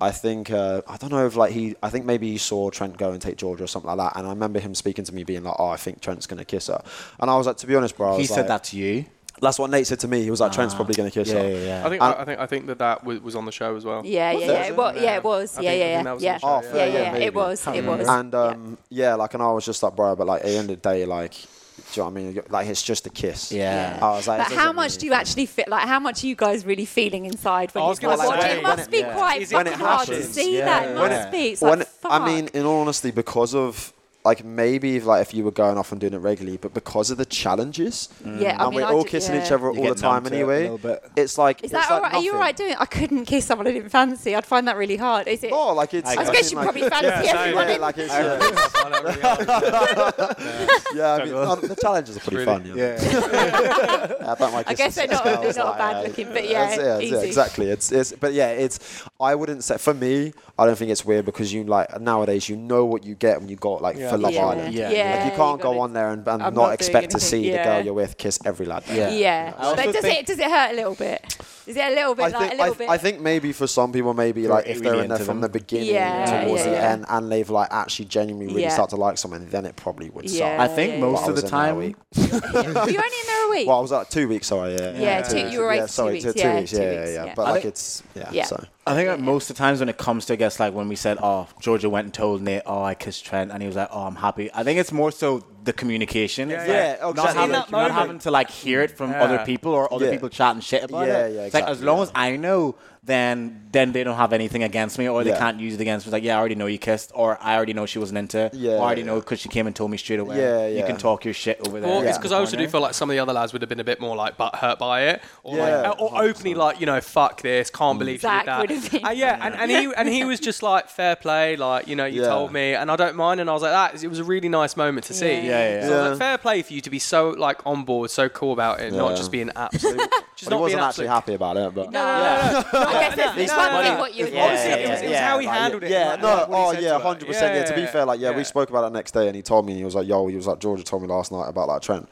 S1: I think uh, I don't know if like he. I think maybe he saw Trent go and take Georgia or something like that. And I remember him speaking to me, being like, "Oh, I think Trent's gonna kiss her." And I was like, "To be honest, bro," I
S4: he
S1: was
S4: said
S1: like-
S4: that to you.
S1: that's what Nate said to me. He was like, Trent's probably going to kiss
S4: Yeah,
S1: her.
S4: yeah, yeah.
S2: I think, I, I think, I think that that wa- was on the show as well.
S3: Yeah, yeah,
S1: it?
S3: yeah. It was, yeah, it was.
S2: I
S3: Yeah,
S2: think- I
S3: yeah,
S2: think that was
S3: yeah.
S2: on
S1: the show,
S3: Yeah,
S1: Oh, yeah.
S3: yeah,
S1: Yeah,
S3: yeah. It
S1: maybe.
S3: was. It was.
S1: And um, yeah. like, and I was just like, bro, but like, at the end of the day, like, do you know what I mean? Like, it's just a kiss.
S4: Yeah.
S1: I was like,
S3: but
S1: this
S3: how
S1: doesn't
S3: much
S1: mean
S3: do you actually feel? Like, how much are you guys really feeling inside when
S2: I
S3: you're
S2: was gonna
S3: like, watching?
S2: say,
S3: It
S2: when
S3: must
S1: it-
S3: be
S1: yeah.
S3: quite
S2: Is it
S3: fucking hard to
S2: happens?
S3: see
S4: Yeah.
S3: that. It
S4: When
S3: must
S4: it-
S3: be. It's
S1: when
S3: like, fuck.
S1: I mean, in all honesty, because of like maybe if, like if you were going off and doing it regularly, but because of the challenges,
S3: Yeah, I
S1: and
S3: mean,
S1: we're
S3: I
S1: all
S3: ju-
S1: kissing
S3: yeah.
S1: each other
S4: You
S1: all the
S4: get numb
S1: time
S4: to it a
S1: anyway.
S4: little bit.
S1: It's like it's
S3: is that all right? Are you
S1: nothing.
S3: all right doing? it? I couldn't kiss someone I didn't fancy. I'd find that really hard. Is it?
S1: No, Oh, like it's.
S4: I
S3: I
S4: guess
S1: mean,
S3: suppose you
S1: like-
S3: probably fancy
S2: Yeah,
S3: everyone.
S1: Yeah,
S3: in-
S1: like it's.
S2: I
S1: Yeah,
S2: really- I don't really like it.
S1: yeah I mean, um, the challenges are pretty
S2: Really?
S1: fun. Yeah. I, don't like
S3: I guess they're not-
S1: scales,
S3: they're
S1: like,
S3: not bad
S1: uh,
S3: looking, but yeah,
S1: that's it, that's it,
S3: easy.
S1: exactly. It's, it's, but yeah, it's. I wouldn't say for me. I don't think it's weird because you like nowadays you know what you get when you got like
S2: Yeah.
S1: for Love
S3: Yeah.
S1: Island.
S4: Yeah.
S3: Yeah,
S1: Like you
S3: you
S1: can't go
S3: gotta-
S1: on there and, and
S3: I'm
S1: not,
S3: not
S1: expect to
S3: doing
S1: see
S3: anything.
S1: the girl
S3: Yeah.
S1: you're with kiss every lad.
S4: Yeah.
S3: Yeah,
S4: I also
S3: but does
S4: think-
S3: it does it hurt a little bit? Is it a little bit
S1: I
S3: like
S1: think,
S3: a
S1: I,
S3: little
S1: th-
S3: bit?
S1: I think maybe for some people, maybe
S4: You're
S1: like if they're
S4: really
S1: in there
S4: into
S1: from
S4: them.
S1: the beginning
S3: Yeah,
S1: towards
S3: yeah,
S1: the
S3: yeah.
S1: end, and they've like actually genuinely really
S3: Yeah.
S1: start to like someone, then it probably would
S3: Yeah.
S1: suck.
S4: I think
S3: yeah,
S4: most
S1: yeah.
S4: of the
S1: Well, I
S4: time.
S1: was in
S3: Were you only in there a week?
S1: Well, I was like two weeks. Sorry, yeah,
S3: Yeah, two- you were away
S1: yeah,
S3: for two
S1: sorry,
S3: weeks,
S1: two, two
S3: yeah,
S1: weeks,
S3: two
S1: yeah,
S3: weeks,
S1: yeah,
S3: yeah.
S1: yeah. But
S4: I
S1: like
S4: think-
S1: it's yeah,
S3: Yeah.
S1: so
S4: I think like most of the times when it comes to, I guess, like when we said, oh, Georgia went and told Nate, oh, I kissed Trent, and he was like, oh, I'm happy. I think it's more so the communication. It's
S2: yeah.
S4: like
S1: Yeah, oh,
S4: not,
S1: exactly.
S4: having,
S1: In
S4: not
S2: that moment.
S4: having to like hear it from
S2: Yeah.
S4: other people or other
S1: Yeah.
S4: people chatting shit about
S1: Yeah,
S4: it.
S1: yeah,
S4: It's like, as
S1: exactly,
S4: long
S1: yeah.
S4: as I know, then then they don't have anything against me or they
S1: Yeah.
S4: can't use it against me. It's like, yeah, I already know you kissed, or I already know she wasn't into it,
S1: Yeah,
S4: or I already
S1: yeah.
S4: know because she came and told me straight away.
S1: Yeah,
S4: You
S1: yeah.
S4: can talk your shit over there.
S2: Well,
S4: in
S1: Yeah.
S2: it's
S4: the
S2: because I also do
S4: corner.
S2: feel like some of the other lads would have been a bit more like butt hurt by it, or
S1: Yeah.
S2: like, or openly like you know, fuck this, can't believe
S3: Zach
S2: you
S3: would
S2: did
S3: have
S2: that.
S3: been.
S2: Uh, yeah, and, and he and he was just like fair play, like you know, you
S1: Yeah.
S2: told me, and I don't mind, and I was like that. it was a really nice moment to see.
S3: Yeah. Yeah,
S4: yeah,
S2: So I was
S1: yeah.
S2: like, fair play for you to be so like on board, so cool about it, not
S1: Yeah.
S2: just being absolute. just
S1: but he
S2: not being
S1: wasn't actually
S2: absolute
S1: happy about it. But
S3: no, no, no, no. I guess it's- it's
S1: no,
S3: one
S1: no,
S3: thing
S1: no.
S3: what you.
S1: It's
S3: what you
S2: Obviously,
S1: Yeah,
S3: do.
S2: it was, it was
S1: yeah,
S2: how he
S1: like,
S2: handled it.
S1: Yeah,
S2: like,
S1: no,
S2: like, what he
S1: oh
S2: said
S1: yeah,
S2: to her.
S1: hundred percent. Yeah, to be fair, like yeah, we
S2: yeah.
S1: spoke about it next day, and he told me he was like, "Yo," he was like, "Georgia told me last night about like Trent."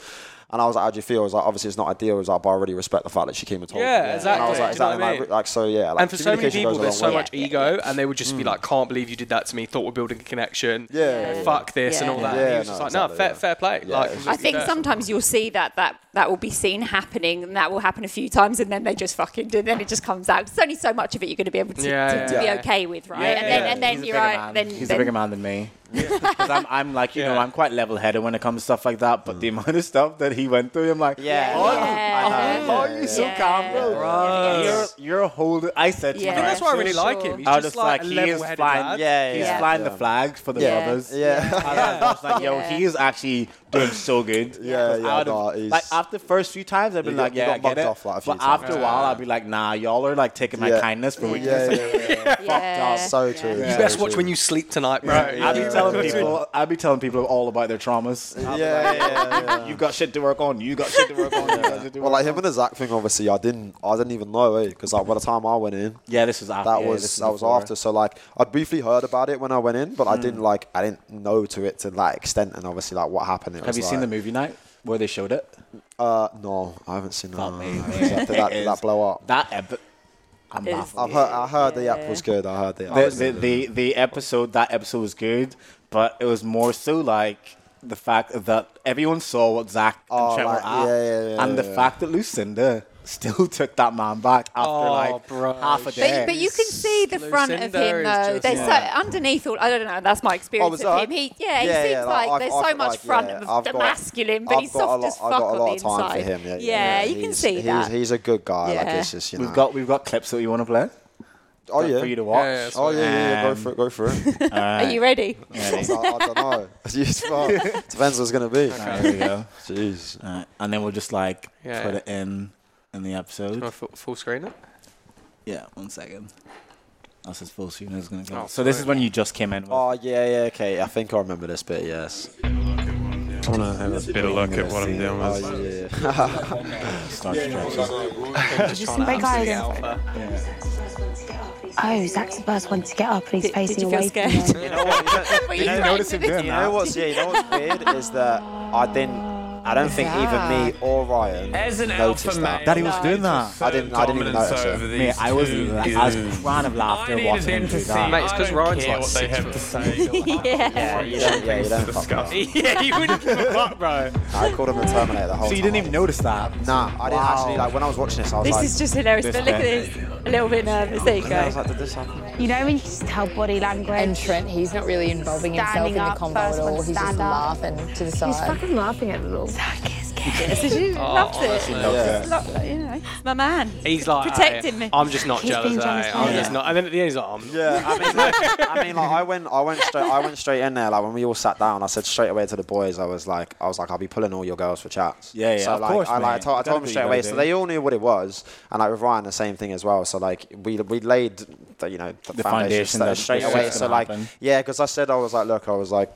S1: And I was like, "How do you feel?" I was like, "Obviously, it's not ideal." I was like, "But I really respect the fact that she came and told me."
S2: Yeah,
S1: And I was
S2: exactly. Do you know
S1: like, "Exactly."
S2: what I
S1: like,
S2: mean?
S1: like, so yeah, like,
S2: and for so many
S1: communication
S2: people,
S1: goes a
S2: there's so
S1: long way. Mm.
S2: much ego, and they would just be like, "Can't believe you did that to me." Thought we're building a connection.
S1: Yeah,
S2: You know,
S3: yeah.
S2: Fuck this and all
S3: Yeah.
S2: that. and he
S1: Yeah,
S2: was just
S1: no,
S2: like, "No,
S1: exactly,
S2: fair,
S1: yeah.
S2: fair play."
S1: Yeah,
S2: like,
S1: it's
S3: I
S1: just-
S3: think sometimes you'll see that that that will be seen happening, and that will happen a few times, and then they just fucking do, and then it just comes out. There's only so much of it you're going to be able to,
S2: Yeah,
S3: to, to
S2: yeah.
S3: be okay with, right?
S4: Yeah,
S3: and then
S4: yeah.
S3: and then
S4: He's a
S3: you're
S4: bigger
S3: right.
S4: man.
S3: Then
S4: he's
S3: then-
S4: a bigger man than me. 'Cause I'm, I'm like, you know,
S2: Yeah.
S4: I'm quite level-headed when it comes to stuff like that. But the amount of stuff that he went through, I'm like,
S1: Yeah,
S4: oh,
S3: yeah,
S4: oh,
S3: yeah,
S4: oh, you're so
S3: yeah.
S4: calm, bro.
S3: Bro.
S4: You're, you're a holder. I said, to
S3: Yeah.
S2: I think that's why I really
S3: Sure.
S2: like him. He's
S4: I was just
S2: just, like,
S4: like,
S2: a
S4: he is
S2: level-headed
S4: flying.
S2: lad.
S1: Yeah,
S4: he's
S3: yeah.
S4: flying the
S1: Yeah.
S4: flags for the
S3: Yeah.
S4: brothers.
S1: Yeah.
S4: And I was like, yo,
S3: Yeah.
S4: he is actually doing so good.
S1: Yeah,
S4: 'Cause
S1: yeah,
S4: I would've-
S1: no, he's-
S4: like after the first few times, I've been
S1: got-
S4: like,
S1: you
S4: yeah,
S1: got
S4: I get
S1: bugged
S4: it.
S1: off, like, a few
S4: but after
S1: times.
S4: a while, I'd be like, nah, y'all are like taking my
S1: Yeah.
S4: kindness for
S1: Yeah,
S4: weakness.
S1: yeah, yeah.
S3: yeah.
S1: That's so true.
S2: You best watch when you sleep tonight, bro.
S4: I'd be telling people, I'd be telling people all about their traumas.
S1: Yeah, yeah, yeah, yeah.
S4: You got shit to work on. You got shit to work on. You got shit to
S1: Well,
S4: work
S1: like him and the Zach thing, obviously, I didn't, I didn't even know, because like by the time I went in,
S4: Yeah, this was after.
S1: that
S4: yeah,
S1: was
S4: this
S1: that was
S4: before.
S1: after. So like, I briefly heard about it when I went in, but I
S3: Mm.
S1: didn't like, I didn't know to it to that extent, and obviously, like what happened. It
S4: Have
S1: was
S4: you seen the
S1: like-
S4: movie night where they showed it?
S1: Uh, no, I haven't seen that.
S4: Fuck me,
S1: No,
S4: man.
S1: Did that, did that blow up?
S4: That episode. I'm
S3: Is-
S4: baffled.
S1: I've heard, I heard the app
S3: Yeah.
S1: was good. I heard the app.
S4: The,
S1: was
S4: the,
S1: good.
S4: the, the episode, that episode was good, but it was more so like the fact that everyone saw what Zach
S1: Oh,
S4: and Trent
S1: like,
S4: were at,
S1: yeah, yeah, yeah,
S4: and the
S1: yeah.
S4: fact that Lucinda still took that man back after
S2: Oh,
S4: like
S2: bro.
S4: half a day.
S3: But, but you can see the front of him
S2: Lucinda is
S3: though.
S2: just
S3: There's
S2: like-
S3: so underneath all. I don't know. That's my
S1: Oh,
S3: experience
S1: was
S3: of
S1: that?
S3: him. He, yeah, he
S1: Yeah,
S3: seems
S1: yeah, like,
S3: like
S1: I've-
S3: there's
S1: I've
S3: so
S1: got,
S3: much
S1: like,
S3: front
S1: yeah,
S3: of
S1: I've
S3: the
S1: got-
S3: masculine, but he's
S1: I've got
S3: soft
S1: a lot,
S3: as
S1: I've
S3: fuck
S1: got a lot
S3: on
S1: of
S3: the
S1: time
S3: inside.
S1: for him. Yeah,
S3: yeah, you can
S1: he's-
S3: see
S1: he's,
S3: that.
S1: He's a good guy. Like
S3: Yeah.
S1: it's just you know.
S4: we've got we've got clips that you want to play
S1: Oh
S4: for you
S1: yeah.
S4: to watch.
S2: Yeah, yeah, so-
S1: Oh yeah, yeah, yeah. Go
S4: Um,
S1: for it. Go for it.
S3: Are you ready?
S1: I, I don't know. Depends what it's gonna be.
S4: Alright, here we go.
S1: Jeez.
S4: Alright, and then we'll just like
S2: Yeah,
S4: put
S2: yeah.
S4: it in in the episode.
S2: Wanna fu- Full screen it.
S4: Yeah, one second. That's as full soon as it's gonna go.
S2: Oh,
S4: so this
S2: sorry.
S4: is when you just came in. With.
S1: Oh yeah, yeah. Okay, I think I remember this bit. Yes.
S5: I'm gonna have a bit of luck at what I'm doing.
S1: Oh
S5: With.
S1: yeah.
S4: Start to drop.
S6: Did you see my guidance? Oh, Zach's the first one to get up and he's
S3: Did, did
S6: facing
S3: you feel
S6: away from
S3: scared?
S6: her.
S1: You know what?
S3: Were you frightened
S4: notice
S3: of
S4: him
S3: this?
S4: doing
S1: You know what's yeah. You know what's weird is that I didn't. I don't think either me or Ryan
S5: As an
S1: noticed
S5: alpha
S1: that.
S5: male,
S4: Daddy was doing that.
S1: I didn't- I didn't even
S5: Dominance
S1: notice it.
S5: over these
S4: Mate, I was
S5: two
S4: I
S5: dudes.
S4: was crying of
S5: I
S4: laughter
S5: needed
S4: watching
S5: them
S4: him
S5: to
S4: do
S5: see.
S4: that.
S2: Mate, it's 'cause
S5: I don't
S2: Ryan's
S5: care
S2: like
S5: what they
S2: six
S5: have to say.
S3: Yeah.
S1: Yeah, you don't, yeah, you don't fuck that.
S5: Disgusting.
S2: Yeah, you wouldn't give a fuck, bro.
S1: I called him the Terminator the whole
S4: So you
S1: time.
S4: didn't even notice that.
S1: Nah, I didn't actually. Like when I was watching this, I was
S3: This
S1: like,
S3: is just hilarious. But look at
S4: This-
S3: this. A little bit nervous. There you
S1: I was
S3: go.
S1: like, did this happen?
S6: You know when you just tell body language?
S7: And Trent, he's not really involving himself
S6: Standing
S7: in the
S6: up,
S7: convo at
S6: first one
S7: all. He's just
S6: stand up.
S7: laughing to the side.
S6: laughing at it all. Zach is gay.
S3: So she loves it.
S1: Yeah.
S3: Lo- you know, it's my man.
S2: He's like
S3: protecting
S2: "Hey,
S3: me.
S2: I'm just not
S6: He's
S2: jealous.
S6: being
S2: eh?
S6: jealous,
S2: I'm
S6: yeah.
S2: just not. And then at the end, he's like, I'm not.
S1: Yeah, I mean, like, I mean, like, I went, I went straight, I went straight in there. Like when we all sat down, I said straight away to the boys, I was like, I was like, I'll be pulling all your girls for chats.
S4: Yeah, yeah,
S1: So
S4: of
S1: like,
S4: course,
S1: I, like, I
S4: mate.
S1: told, I told
S4: You gotta
S1: them
S4: do,
S1: straight
S4: you
S1: away,
S4: gotta
S1: so
S4: do.
S1: they all knew what it was, and like with Ryan, the same thing as well. So like, we we laid, the, you know, the,
S4: The
S1: foundation,
S4: foundation that
S1: straight
S4: this is
S1: away.
S4: gonna
S1: So like,
S4: happen.
S1: yeah, because I said I was like, look, I was like,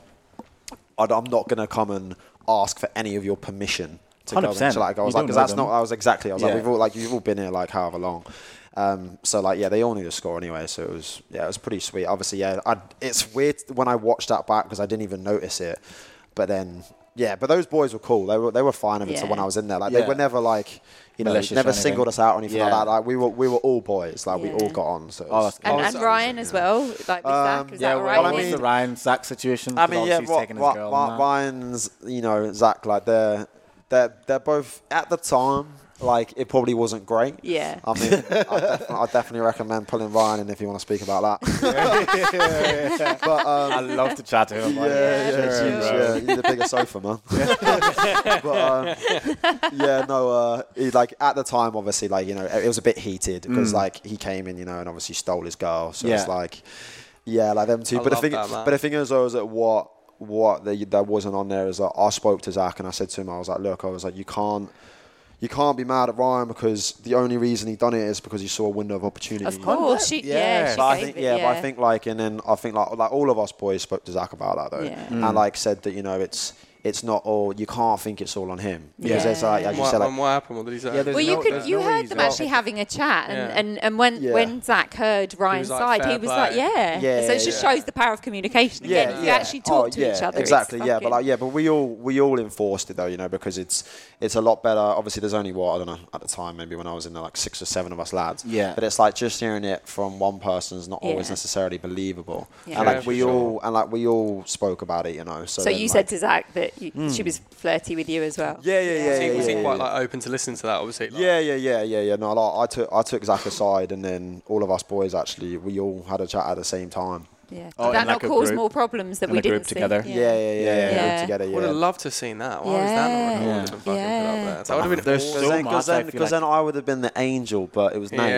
S1: I d- I'm not gonna come and ask for any of your permission to go
S4: 100%.
S1: into like I was
S4: You
S1: like
S4: don't
S1: because
S4: know
S1: that's
S4: them.
S1: not I was exactly I was
S4: Yeah.
S1: like we've all like you've all been here like however long, Um, so like yeah, they all knew the score anyway. So it was yeah, it was pretty sweet. Obviously yeah, I, it's weird when I watched that back because I didn't even notice it. But then yeah, but those boys were cool. They were they were fine until
S3: Yeah.
S1: when I was in there. Like
S4: Yeah.
S1: they were never like you know
S4: Malicious or
S1: never
S4: anything.
S1: singled us out or anything
S4: Yeah.
S1: like that. Like we were we were all boys. Like we
S3: Yeah.
S1: all got on. So it
S4: Oh,
S1: was-
S4: that's
S3: And,
S4: Oh,
S3: and Ryan as well. Like with Zach, is
S4: yeah,
S3: that all
S4: well,
S3: right?
S1: Um, I
S4: I mean,
S1: mean-
S4: the Ryan Zach situation.
S1: I mean,
S4: because
S1: yeah,
S4: obviously he's
S1: Ri-
S4: taking his
S1: Ri-
S4: girl
S1: Ri-
S4: and that.
S1: Ryan's, you know, Zach, like they're they're they're both at the time. Like it probably wasn't great.
S3: Yeah.
S1: I mean, I, definitely, I definitely recommend pulling Ryan in if you want to speak about that. But um,
S4: I love to chat to him. Like,
S1: yeah, yeah,
S4: sure,
S1: yeah,
S4: bro.
S1: yeah, You need a bigger sofa, man. but um, yeah, no. Uh, he, like at the time, obviously, like you know, it was a bit heated because like he came in, you know, and obviously stole his girl. So
S4: Yeah.
S1: it's like, yeah, like them two. but
S2: I
S1: the
S2: love
S1: thing,
S2: that, man.
S1: but the thing is, though, is that what what the, that wasn't on there is that I spoke to Zach and I said to him, I was like, look, I was like, you can't. You can't be mad at Ryan because the only reason he done it is because he saw a window of opportunity.
S3: Of course, she, yeah,
S4: Yeah.
S3: she
S1: But I
S3: gave
S1: think,
S3: it,
S1: yeah, but I think like, and then I think like, like all of us boys spoke to Zach about that though,
S3: Yeah.
S1: and like said that you know it's it's not all you can't think it's all on him because
S3: Yeah.
S1: there's like as you
S2: What,
S1: said
S2: and
S1: like
S2: what happened? What did he say?
S1: Yeah, there's
S3: Well, you
S1: no-
S3: could
S1: there's
S3: you
S1: no
S3: heard
S1: reason.
S3: them actually having a chat, and,
S2: Yeah.
S3: and, and when
S1: Yeah.
S3: when Zach heard Ryan's
S2: like,
S3: side,
S2: "Fair
S3: he was
S2: play."
S3: like, yeah.
S1: Yeah,
S3: so it just
S2: yeah.
S3: shows the power of communication. Again, if you actually talk
S1: Oh,
S3: to
S1: yeah,
S3: each other. it's
S1: Exactly, yeah, but
S3: fucking-
S1: like, yeah, but we all we all enforced it though, you know, because it's it's a lot better. Obviously, there's only what I don't know at the time, maybe when I was in there, like six or seven of us lads.
S4: Yeah.
S1: But it's like just hearing it from one person is not always
S3: Yeah.
S1: necessarily believable.
S3: Yeah.
S1: And
S3: Yeah,
S1: like
S2: for
S1: we
S2: sure.
S1: all and like we all spoke about it, you know. So,
S3: So
S1: then,
S3: you
S1: like- Hmm.
S3: said to Zach that you, she was flirty with you as well.
S1: Yeah, yeah, yeah.
S2: Was he,
S1: yeah,
S2: was he
S1: yeah,
S2: quite
S1: yeah.
S2: like open to listen to that? Obviously. Like,
S1: Yeah, yeah, yeah, yeah, yeah. No, like, I took I took Zach aside, and then all of us boys actually we all had a chat at the same time.
S3: Yeah. Did
S4: Oh, in
S3: that not
S4: like a
S3: cause
S4: group-
S3: more problems that
S4: in
S3: we
S4: a group
S3: didn't see?
S4: together.
S1: Yeah, yeah, yeah. yeah,
S4: Yeah.
S1: yeah.
S3: Yeah.
S1: Together, yeah.
S2: Would have loved to have seen that. Why was that
S3: Yeah.
S2: not recorded and fucking
S3: Yeah.
S2: put up there? That would have been
S4: There's
S1: Because
S2: awesome.
S4: so
S1: then,
S4: much,
S1: cause
S4: I
S1: then,
S4: feel
S1: 'cause
S4: like-
S1: then I would have been the angel, but it was Nate.
S2: Yeah.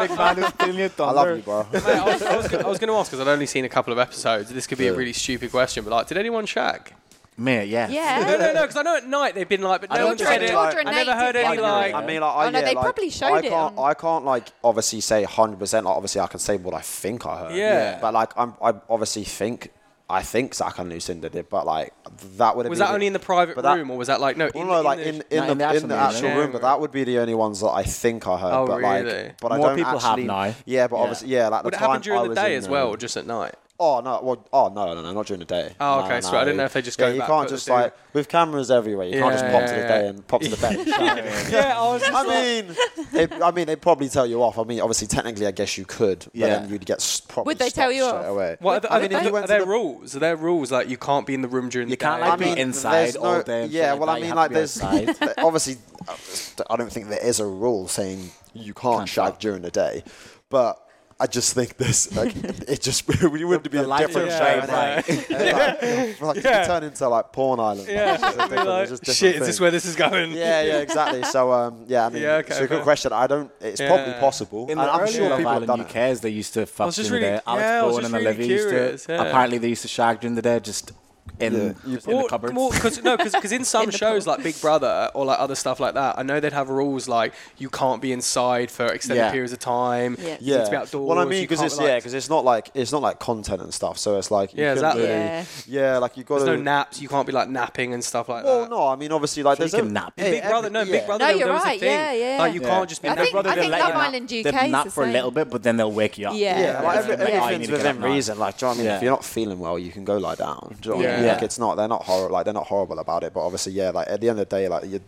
S4: Big man is stealing your
S1: I
S4: thunder.
S1: love you, bro.
S2: Mate, I was, I was, gonna- I was going to ask because I'd only seen a couple of episodes. This could be a really stupid question, but like, did anyone shag?
S4: Mate, yeah.
S2: No,
S3: Yeah.
S2: no, no. Because I know at night they've been like, but
S1: I
S2: no
S1: don't
S2: one
S1: think
S2: said
S1: so.
S2: it.
S1: Georgia
S2: I
S3: and
S2: never
S3: Nate
S2: heard
S3: did
S2: any
S3: that.
S2: like.
S1: I mean, like, I,
S3: Oh, no,
S1: yeah,
S3: they
S1: like,
S3: probably showed
S1: I
S3: it
S1: can't,
S3: on-
S1: I can't, like, obviously say 100%. Like, obviously, I can say what I think I heard.
S2: Yeah.
S1: But, like, I'm, I obviously think, I think Zach and Lucinda did, but, like, that would have
S2: was
S1: been.
S2: that only in the private
S1: but that-
S2: room, or was that like no?
S1: Well, no, like
S2: the-
S1: in, in,
S4: No,
S1: the, in the actual,
S2: room.
S1: room, but that would be the only ones that I think I heard.
S2: Oh,
S1: but
S2: really?
S1: Like, but I
S4: More
S1: don't
S4: people have
S1: actually,
S4: now.
S1: Yeah, but
S4: Yeah.
S1: obviously, yeah, like
S2: would
S1: the
S2: it
S1: time
S2: happen
S1: I
S2: during the
S1: was
S2: day
S1: in
S2: as well, or
S1: room-
S2: just at night?
S1: Oh no! Well, oh no, no, no, not during the day.
S2: Oh,
S1: No,
S2: okay,
S1: no,
S2: so I didn't know if they just go
S1: Yeah, you
S2: back,
S1: can't
S2: put
S1: just
S2: the two-
S1: like with cameras everywhere. You can't just
S2: Yeah,
S1: pop
S2: yeah,
S1: to the
S2: yeah.
S1: day and pop to the bench.
S2: Yeah, I was.
S1: I mean, they, I mean, they probably tell you off. I mean, obviously, technically, I guess you could, but
S4: Yeah.
S1: then you'd get s- probably
S3: Would they
S1: stopped
S3: tell you
S1: straight
S3: off?
S1: away.
S2: What are, the,
S1: I mean,
S2: are,
S1: if you
S2: the, are
S1: went to
S2: there
S1: the-
S2: rules? Are there rules like you can't be in the room during
S4: You
S2: the
S4: can't
S2: day?
S4: like
S1: I
S4: be
S1: mean,
S4: inside
S1: there's
S4: all
S1: no-
S4: day. and shit
S1: Yeah,
S4: like
S1: well,
S4: that.
S1: I
S4: You
S1: mean,
S4: have
S1: like
S4: to be
S1: there's
S4: outside.
S1: obviously, uh, I don't think there is a rule saying you can't,
S4: Can't
S1: shag
S4: fuck.
S1: during the day, but. I just think this, like, it just, we would be a
S4: the light
S1: different
S4: would
S1: show.
S4: shine
S1: now.
S4: bright.
S1: And like, like,
S2: Yeah.
S1: you turn into like porn island.
S2: Yeah,
S1: It's just a
S2: be
S1: different-
S2: like,
S1: it's just different
S2: shit, is
S1: thing.
S2: this where this is going?
S1: Yeah, yeah, exactly. So, um, yeah, I mean,
S2: Yeah, okay,
S1: it's a
S2: fair.
S1: good question. I don't. It's probably
S2: Yeah.
S1: possible.
S4: In
S1: and
S4: the
S1: I'm
S4: early
S1: sure
S4: Love
S1: people have
S4: Island
S1: done it.
S4: UKs, they used to fuck
S2: was just
S4: during the
S2: really-
S4: day. Alex
S2: yeah, I was
S4: Bowen
S2: just
S4: and
S2: really
S4: Olivia
S2: curious,
S4: used to.
S2: yeah.
S4: Apparently, they used to shag during the day just in, just in the cupboards.
S2: because no, because in some shows like Big Brother or like other stuff like that, I know they'd have rules like you can't be inside for extended
S4: Yeah.
S2: periods of time.
S3: Yeah.
S2: You need to be outdoors.
S1: Well, I
S2: you
S1: mean, because
S2: can't,
S1: it's
S2: like-
S1: yeah, because it's not like it's not like content and stuff. So it's like you
S2: Yeah,
S1: couldn't
S2: exactly.
S1: really-
S3: Yeah.
S1: yeah, like you got
S2: there's
S1: to.
S2: no naps. You can't be like napping and stuff like
S1: well,
S2: that.
S1: no, I mean, obviously, like
S4: Sure, you
S1: there's no
S4: can nap.
S1: Hey,
S2: Big Brother, no,
S1: every-
S2: Big
S1: yeah.
S2: Brother.
S3: No,
S2: there-
S3: you're
S2: there was a
S3: right,
S2: thing.
S3: yeah, yeah.
S2: Like you
S4: Yeah.
S2: can't just be.
S3: I
S2: napping.
S3: think- I think Love Island
S4: you
S3: UK
S4: nap. They'd
S3: is
S4: nap
S3: the
S4: for a
S3: same.
S4: little bit, but then they'll wake you up.
S3: Yeah.
S1: Yeah, like every,
S4: Like, oh, you need
S1: everything's
S4: to get up
S1: within
S4: now.
S1: reason. Like, do you know what I mean?
S4: Yeah.
S1: If you're not feeling well, you can go lie down. Do you know what I mean?
S2: Yeah.
S1: Like, it's not. They're not horrible. Like, they're not horrible about it. But obviously, yeah. Like at the end of the day, like you,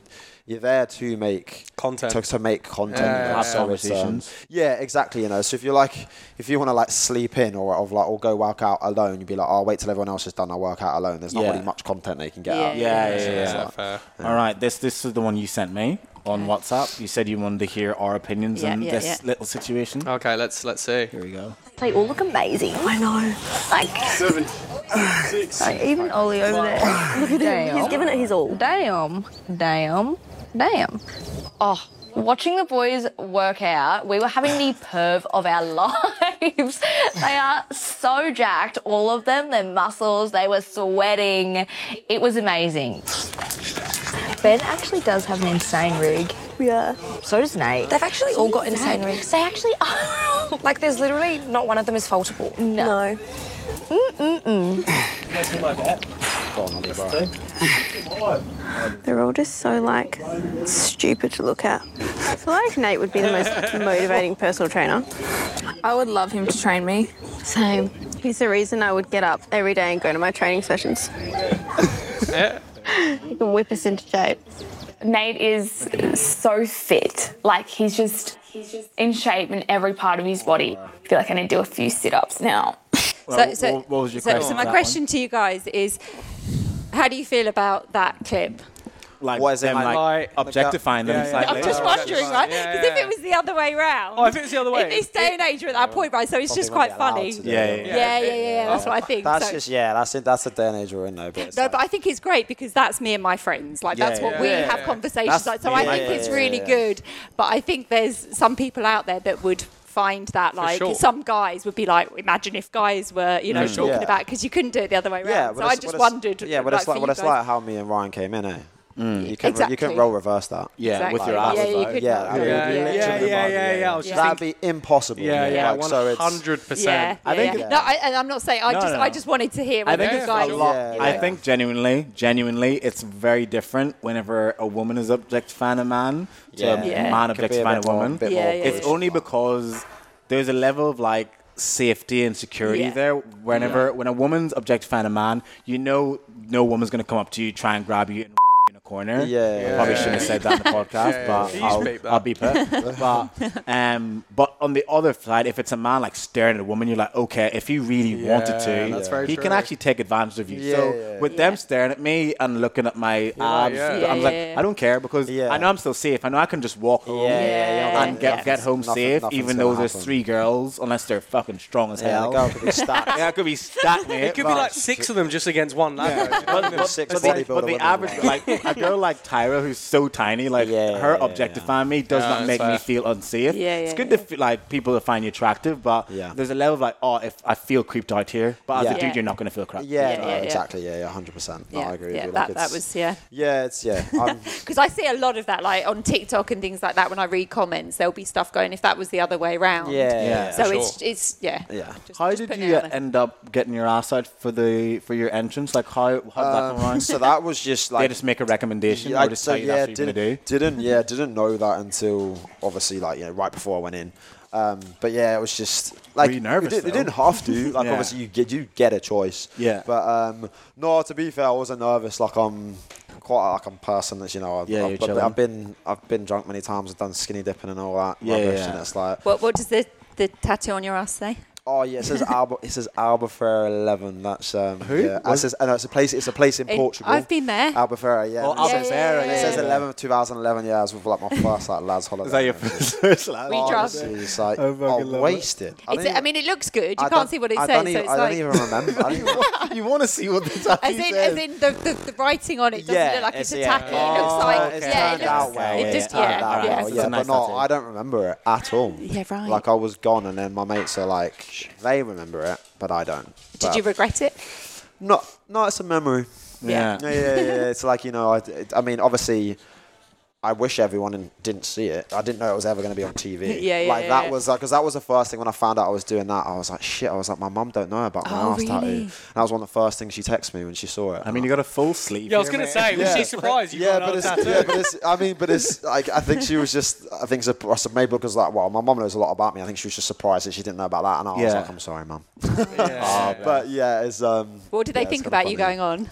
S1: you're there to make
S2: Content.
S1: To, to make content.
S2: Yeah.
S1: you know,
S4: Have
S1: so it's, um,
S4: conversations.
S1: yeah, exactly. You know, so if you're like, if you want to like sleep in or, or like or go work out alone, you'd be like, oh, wait till everyone else has done their workout alone. There's not
S4: Yeah.
S1: really much content they can get
S3: Yeah.
S1: out.
S4: Yeah, yeah,
S2: Yeah,
S4: yeah.
S2: fair.
S4: All right, this this is the one you sent me on WhatsApp. You said you wanted to hear our opinions
S3: Yeah,
S4: on
S3: yeah,
S4: this
S3: yeah.
S4: little situation.
S2: Okay, let's let's see.
S4: Here we go.
S8: They all look amazing. I know. Like seven, six.
S6: Even Ollie over there.
S8: He's
S7: Damn.
S8: given it his all.
S7: Damn. Damn. Damn. Oh, watching the boys work out, we were having the perv of our lives. they are so jacked, all of them, their muscles, they were sweating. It was amazing.
S6: Ben actually does have an insane rig.
S8: Yeah.
S6: So does Nate.
S8: They've actually all got insane rigs.
S7: They actually are.
S8: Like there's literally not one of them is faultable. No.
S1: Go on, Ollie, bro.
S8: They're all just so like stupid to look at.
S9: I feel like Nate would be the most motivating personal trainer. I would love him to train me. Same. He's the reason I would get up every day and go to my training sessions.
S2: Yeah.
S9: He can whip us into shape.
S10: Nate is so fit. Like he's just he's just in shape in every part of his body. I feel like I need to do a few sit-ups now.
S3: So, so, so- so my question to you guys is, how do you feel about that clip?
S4: Like,
S1: What is it,
S4: them,
S1: like-
S4: like,
S1: like-
S4: objectifying them
S1: Yeah, yeah,
S4: slightly.
S3: I'm just wondering, right? Because if it was the other way round, oh,
S2: if it was the other way-
S3: in this day and age, we're at that point, right? So it's just quite funny.
S1: Yeah,
S3: Yeah, yeah, yeah, yeah, That's what I think.
S1: That's
S3: So-
S1: just yeah. That's it. That's the day and age we're in, though. But it's
S3: No,
S1: like-
S3: but I think it's great because that's me and my friends. Like
S1: Yeah,
S3: that's what
S1: yeah,
S3: we
S1: yeah,
S3: have
S1: yeah.
S3: conversations
S1: That's-
S3: like. So I
S1: yeah,
S3: think
S1: yeah,
S3: it's
S1: yeah,
S3: really
S1: yeah.
S3: good. But I think there's some people out there that would find that like
S1: sure.
S3: some guys would be like, imagine if guys were you know
S1: Mm.
S3: talking
S1: Yeah.
S3: about because you couldn't do it the other way around.
S1: yeah. but
S3: so I
S1: it's-
S3: just
S1: but it's-
S3: wondered.
S1: Yeah, but it's like
S3: for
S1: but
S3: you
S1: it's
S3: guys.
S1: like how me and Ryan came in, eh? You can you
S3: Exactly.
S1: can roll reverse that.
S4: Yeah, with your
S1: Like,
S4: Exactly.
S3: Yeah, you could
S1: yeah,
S3: roll
S1: yeah, yeah,
S3: reverse.
S2: Yeah, yeah, yeah, yeah. I was just
S1: That'd be impossible.
S2: Yeah, yeah,
S1: Like, so it's-
S2: 100%.
S3: Yeah,
S4: I
S3: yeah,
S4: think-
S3: yeah. No, I, and I'm not saying. I
S4: No,
S3: just,
S4: no.
S3: I just wanted to hear.
S4: I
S3: whether
S4: think
S3: you
S4: it's
S3: guys,
S4: a lot.
S1: Yeah,
S4: I
S1: yeah.
S4: think genuinely, genuinely, it's very different whenever a woman is objectifying a man to
S1: Yeah.
S4: a
S3: Yeah.
S4: man
S1: Could be a
S4: objectifying a
S1: bit more-
S4: woman.
S1: bit
S3: Yeah,
S1: more
S3: yeah,
S4: It's
S1: pushed.
S4: only because there's a level of like safety and security
S3: Yeah.
S4: there. Whenever when a woman's objectifying a man, you know no woman's gonna come up to you, try and grab you and in a corner.
S1: Yeah.
S4: I probably shouldn't have said that in the podcast, but
S2: You
S4: I'll,
S2: speak that.
S4: I'll beep it. but um, but on the other side, if it's a man like staring at a woman, you're like, okay, if he really wanted to,
S2: Yeah, that's very
S4: he
S2: true.
S4: can actually take advantage of you.
S1: Yeah,
S4: so
S1: yeah.
S4: with them staring at me and looking at my abs,
S2: yeah.
S4: I'm
S3: Yeah,
S4: like,
S3: yeah, yeah.
S4: I don't care because
S1: Yeah.
S4: I know I'm still safe. I know I can just walk home
S1: Yeah, yeah,
S3: yeah,
S4: and get
S3: yeah.
S4: get home
S1: Nothing-
S4: safe,
S1: nothing's
S4: even though
S1: gonna
S4: there's
S1: happen.
S4: three girls, unless they're fucking strong as
S1: Yeah,
S4: hell.
S1: the girl could be stacked.
S4: Yeah, I could be stacked, mate.
S2: It could be like six of them just against one lad.
S4: But, but-
S1: Six
S4: but the,
S1: bodybuilder
S4: but the
S1: women.
S4: average, like a girl like Tyra, who's so tiny, like
S1: Yeah, yeah,
S4: her
S1: yeah,
S4: objectifying me does
S2: Yeah,
S4: not make
S2: fair.
S4: me feel unsafe.
S3: Yeah,
S4: it's
S3: yeah,
S4: good
S3: yeah.
S4: to feel, like people to find you attractive, but
S1: Yeah.
S4: there's a level of like, oh, if I feel creeped out here, but as
S1: Yeah.
S4: a dude, you're not gonna feel creeped.
S1: Yeah,
S3: Yeah,
S1: no,
S3: yeah, yeah.
S1: exactly. Yeah, yeah, hundred percent. No,
S3: yeah,
S1: I agree. with
S3: yeah,
S1: you.
S3: that,
S1: Like,
S3: that
S1: it's-
S3: was yeah.
S1: Yeah, it's yeah. I'm,
S3: Because I see a lot of that, like on TikTok and things like that. When I read comments, there'll be stuff going. If that was the other way round,
S1: yeah,
S4: Yeah.
S1: yeah.
S3: So
S2: Sure.
S3: it's it's yeah.
S1: Yeah.
S3: Just-
S4: How
S3: just
S4: did
S3: putting
S4: you
S3: it out there.
S4: end up getting your ass out for the for your entrance? Like how how did that come around?
S1: Um, so that was just
S4: they
S1: like
S4: just make a recommendation
S1: Yeah,
S4: or just
S1: so
S4: tell you
S1: yeah,
S4: that's what you're gonna do.
S1: didn't, didn't yeah, didn't know that until obviously like you know right before I went in. Um, but yeah, it was just like
S4: you nervous,
S1: They, did,
S4: though?
S1: not have to. Like
S4: Yeah.
S1: obviously you get you get a choice.
S4: Yeah.
S1: But um, no, to be fair, I wasn't nervous. Like I'm quite like I'm a person that's you know I've,
S4: Yeah,
S1: I've,
S4: you're
S1: I've,
S4: chilling.
S1: I've been I've been drunk many times. I've done skinny dipping and all that
S4: Yeah,
S1: rubbish,
S4: yeah.
S1: and it's like
S3: What what does the the tattoo on your ass say?
S1: oh yeah, it says Alba it says Albufeira Eleven. That's um,
S4: Who?
S1: Yeah, it says, no, it's a place. It's a place in,
S3: In-
S1: Portugal. Um,
S3: I've been there.
S1: Albufeira, yeah.
S4: Oh,
S1: And it says-
S4: Albufeira,
S1: It says
S4: yeah.
S1: 11 2011, yeah, I was with like my first like lads holiday.
S4: Is that your first? first laugh?
S3: We drove.
S1: Honestly, it's like
S4: I fucking
S1: oh,
S4: love it.
S1: wasted.
S3: It's, I,
S1: don't even-
S3: mean, it looks good. You
S1: I don't-
S3: can't see what it
S1: I
S3: says,
S1: don't
S3: so
S1: even-
S3: it's
S1: I don't
S3: like
S1: even remember. I don't even-
S4: you want to see what the tattoo
S3: as in,
S4: says?
S3: as in the, the, the writing on it doesn't
S1: Yeah,
S3: look like
S1: it's-
S3: it's,
S1: yeah.
S3: attacking. it looks
S1: Oh,
S3: like
S1: it's
S3: yeah,
S1: turned
S3: it looks,
S1: out well,
S3: It
S1: yeah,
S3: just
S1: turned
S3: yeah,
S1: out
S3: yeah.
S1: well,
S4: It's
S1: yeah,
S4: a nice
S1: but no,
S4: tattoo.
S1: I don't remember it at all.
S3: Yeah, right.
S1: Like I was gone, and then my mates are like, they remember it, but I don't.
S3: Did
S1: But
S3: you regret it?
S1: No, no, it's a memory.
S4: yeah.
S1: yeah, yeah, yeah. yeah. It's like you know, I, it- I mean, obviously, I wish everyone in- didn't see it. I didn't know it was ever going to be on TV.
S3: Yeah, yeah,
S1: Like that
S3: yeah.
S1: was like, because that was the first thing when I found out I was doing that. I was like, shit. I was like, my mum don't know about my
S3: Oh,
S1: ass tattoo.
S3: really?
S1: And that was one of the first things she texted me when she saw it.
S4: I mean, you got a full sleeve.
S2: yeah, I was
S4: here,
S2: going to
S4: mate.
S2: say, was she surprised you
S1: yeah,
S2: got
S1: but
S2: another
S1: it's,
S2: tattoo?
S1: yeah, but it's. I mean, but it's like I think she was just. I think surprised. Maybe because like, well, my mum knows a lot about me. I think she was just surprised that she didn't know about that. And I was
S4: Yeah.
S1: like, I'm sorry, mum.
S2: Yeah.
S1: Oh, But yeah, it's um.
S3: What did they
S1: yeah, it's
S3: think
S1: kinda
S3: about you
S1: funny.
S3: going on?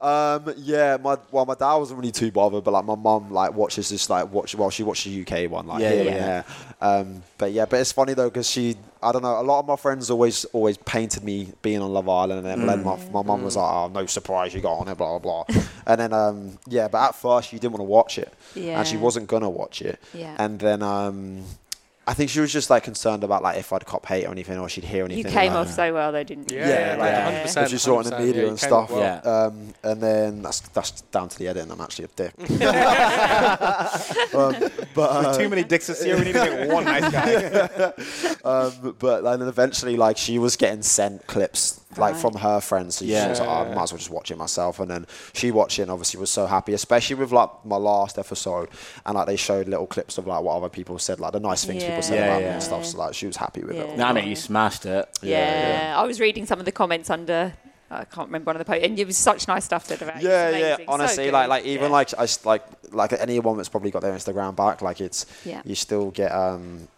S1: Um, yeah, my well, my dad wasn't really too bothered, but like my mum like watches this like watch well, she watched the UK one like
S4: Yeah,
S1: yeah, yeah,
S4: yeah,
S1: Um, but yeah, but it's funny though because she I don't know a lot of my friends always always painted me being on Love Island, and then then
S3: Mm.
S1: my my mum was like, oh no surprise you got on it, blah blah blah, and then um yeah, but at first she didn't want to watch it, and she
S3: Yeah.
S1: wasn't gonna watch it,
S3: Yeah.
S1: and then um. I think she was just like concerned about like if I'd cop hate or anything or she'd hear anything.
S3: You came
S1: like-
S3: off so well, though, didn't you?
S2: Yeah, yeah, like
S1: yeah.
S2: 100%.
S1: if you saw it in the
S2: 100%,
S1: media
S2: yeah,
S1: and
S2: you came off
S1: stuff.
S2: well.
S4: Yeah.
S1: Um, and then that's that's down to the edit, and I'm actually a dick. um, but
S4: There's
S1: uh,
S4: too many dicks this year. We need to make one nice guy.
S1: um, but then eventually, like she was getting sent clips like
S3: Right.
S1: from her friends, so
S4: Yeah.
S1: she was like, oh, I might as well just watch it myself. And then she watched it, and obviously was so happy, especially with like my last episode, and like they showed little clips of like what other people said, like the nice things people said
S4: Yeah.
S1: about me
S4: Yeah,
S1: and stuff. So like she was happy with
S3: Yeah.
S1: it.
S4: no, I mean, you smashed it.
S3: Yeah, I was reading some of the comments under I can't remember one of the posts, and it was such nice stuff to about.
S1: Yeah, yeah.
S3: amazing. So
S1: Honestly,
S3: good.
S1: like, like even
S3: Yeah.
S1: like I s- like like anyone that's probably got their Instagram back, like it's
S3: Yeah.
S1: you still get um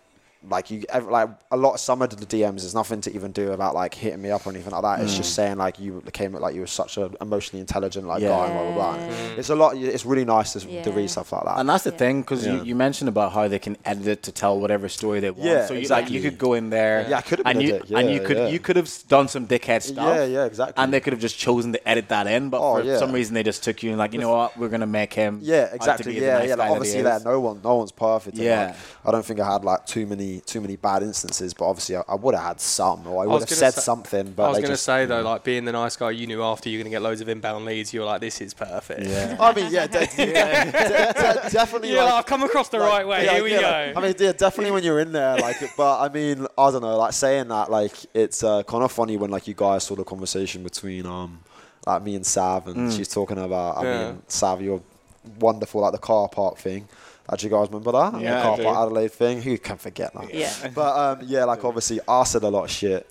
S1: like you ev- like a lot of some of the DMs. There's nothing to even do about like hitting me up or anything like that. It's
S11: Mm.
S1: just saying like you came like you were such an emotionally intelligent like
S4: Yeah.
S1: guy and blah blah blah. It's a lot. It's really nice to, to read stuff like that.
S4: And that's the thing, 'cause thing, because
S1: Yeah.
S4: you, you mentioned about how they can edit it to tell whatever story they want.
S1: Yeah,
S4: so you, like
S1: exactly.
S4: you could go in there.
S1: Yeah, I could have
S4: and
S1: been a
S4: you,
S1: dick,
S4: and
S1: yeah,
S4: you could
S1: yeah.
S4: you could have s- done some dickhead stuff.
S1: Yeah, yeah, exactly.
S4: And they could have just chosen to edit that in, but
S1: Oh,
S4: for
S1: yeah.
S4: some reason they just took you and like, you know what, we're gonna make him. out
S1: Yeah,
S4: to
S1: exactly.
S4: be the
S1: Yeah,
S4: nice
S1: yeah. Like
S4: guy that he
S1: obviously,
S4: is.
S1: that no one, no one's perfect. and,
S4: Yeah.
S1: like, I don't think I had like too many, too many bad instances, but obviously, I, I would have had some, or I, would
S2: was
S1: have
S2: gonna
S1: said
S2: say-
S1: something. But
S2: I was
S1: they
S2: going to
S1: just-
S2: say though, like being the nice guy you knew after you're going to get loads of inbound leads, you're like, this is perfect.
S1: Yeah. I mean, yeah, de- de- de- definitely.
S2: Yeah,
S1: like-
S2: I've come across the right way.
S1: yeah,
S2: Here we
S1: yeah,
S2: go.
S1: like, I mean, yeah, definitely when you're in there, like. But I mean, I don't know. Like saying that, like it's uh, kind of funny when like you guys saw the conversation between um, like me and Sav, and
S11: Mm.
S1: she's talking about. I
S11: Yeah.
S1: mean, Sav, you're wonderful, like the car park thing. Like, do you guys remember that?
S11: Yeah,
S1: the
S11: I
S1: car
S11: do.
S1: park Adelaide thing. Who can forget that?
S11: Yeah.
S1: But um, yeah, like obviously, I said a lot of shit.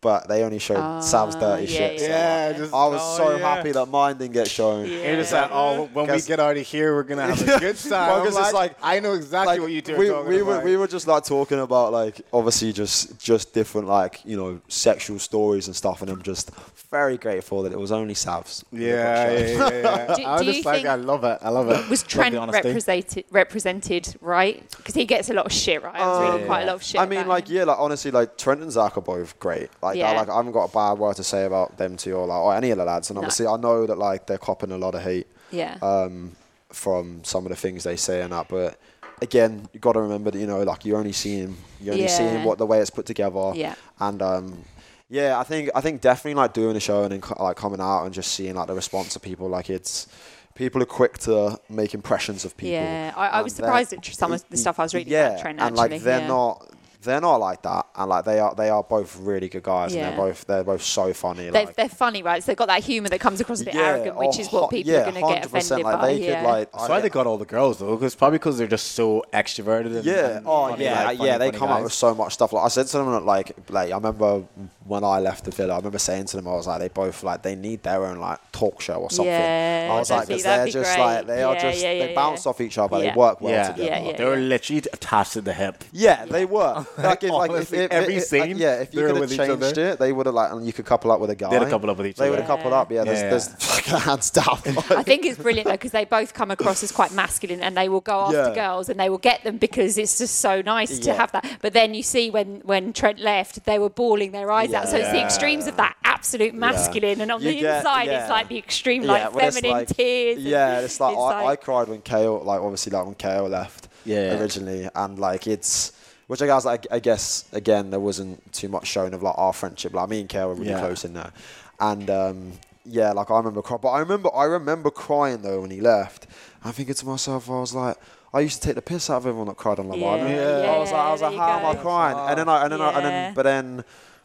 S1: But they only showed Sam's dirty
S11: Ah, yeah,
S1: shit. so,
S11: yeah.
S1: like,
S11: Yeah, just-
S1: I was
S11: oh,
S1: so
S11: yeah.
S1: happy that mine didn't get shown.
S11: You're just like, oh, when
S1: Guess-
S11: we get out of here, we're gonna have a good time.
S1: Well,
S11: I'm
S1: 'cause it's like-
S11: I know exactly what you two are
S1: we,
S11: talking
S1: we
S11: about.
S1: were we were just like talking about like obviously just just different like you know sexual stories and stuff, and I'm just very grateful that it was only Savs. that
S11: yeah,
S1: got
S11: yeah,
S1: shown.
S11: yeah, yeah.
S3: Do-
S11: I was
S3: do you
S11: just like,
S3: think-
S11: I love it. I love it.
S3: Was Trent represented, represented right? Because he gets a lot of shit, right? I was reading quite a lot of shit.
S1: I mean, like Oh, yeah, like honestly, like Trent and Zach are both great. Like, I,
S3: Yeah.
S1: like I haven't got a bad word to say about them two or like or any of the lads. And
S3: No.
S1: obviously, I know that like they're copping a lot of hate.
S3: Yeah.
S1: Um, from some of the things they say and that, but again, you got to remember that you know, like you're only seeing you're only
S11: Yeah.
S1: seeing what the way it's put together.
S11: Yeah.
S1: And um, yeah, I think I think definitely like doing a show and then co- like coming out and just seeing like the response of people, like it's. People are quick to make impressions of people.
S3: Yeah, I- I was
S1: and they're-
S3: surprised at some of the stuff I was reading
S1: yeah,
S3: about Trent,
S1: and like
S3: actually,
S1: they're
S3: yeah.
S1: not they're not like that, and like they are they are both really good guys, and
S3: Yeah.
S1: they're both they're both so funny.
S3: they're,
S1: like,
S3: they're funny, right? So they've got that humour that comes across a bit
S1: Yeah,
S3: arrogant, which
S1: oh,
S3: is what
S1: hu-
S3: people
S1: yeah,
S3: are going to get
S1: 100%,
S3: offended
S1: like,
S3: by.
S1: they could,
S3: yeah.
S1: like,
S4: That's why they got all the girls though, because probably because they're just so extroverted. And,
S1: yeah,
S4: and
S1: oh
S4: funny,
S1: yeah,
S4: like,
S1: yeah.
S4: funny,
S1: They
S4: funny
S1: come
S4: guys.
S1: out with so much stuff. Like I said to them, like like I remember when I left the villa, I remember saying to them, I was like, they both like they need their own like talk show or something.
S11: Yeah,
S1: I was like,
S11: definitely,
S1: because
S11: that'd
S1: they're
S11: be
S1: just
S11: great.
S1: like they are
S11: Yeah,
S1: just
S11: yeah, yeah,
S1: they
S11: yeah.
S1: bounce off each other,
S11: Yeah.
S1: they work well
S4: yeah.
S1: together.
S4: Yeah, They were literally attached to the hip.
S1: Yeah, they were. Like, if, like, if,
S4: Honestly,
S1: if,
S4: Oh, every
S1: if-
S4: scene,
S1: yeah, if you
S4: they were
S1: could have
S4: with each
S1: changed
S4: other.
S1: it, they would have like, and you could couple up with a guy.
S4: They'd have coupled up with each
S1: They would have
S4: other.
S1: coupled up. Yeah, there's,
S4: Yeah.
S1: there's fucking hands down.
S3: I think it's brilliant though because they both come across as quite masculine and they will go after
S1: Yeah.
S3: girls and they will get them because it's just so nice to
S1: Yeah.
S3: have that. But then you see when when Trent left, they were bawling their eyes out. So it's the
S1: Yeah.
S3: extremes of that absolute masculine, and on
S1: You
S3: the
S1: get-
S3: inside
S1: yeah.
S3: it's like the extreme
S1: Yeah,
S3: like
S1: well, it's
S3: feminine
S1: like-
S3: tears.
S1: Yeah, it's like,
S3: It's
S1: I, I
S3: like-
S1: cried when Kale, like obviously like when Kale left
S11: Yeah.
S1: originally, and like it's. Which I guess, like, I guess, again, there wasn't too much shown of like our friendship. Like me and Kale were really
S11: Yeah.
S1: close in there, and um, yeah, like I remember crying. But I remember, I remember crying though when he left. I'm thinking to myself, I was like, I used to take the piss out of everyone that cried on Love
S11: Yeah,
S1: Island.
S11: yeah,
S1: I was like, I was
S11: there
S1: like,
S11: you
S1: how am
S11: go.
S1: I crying? And then, I, and then, I, and
S11: Yeah.
S1: then, but then,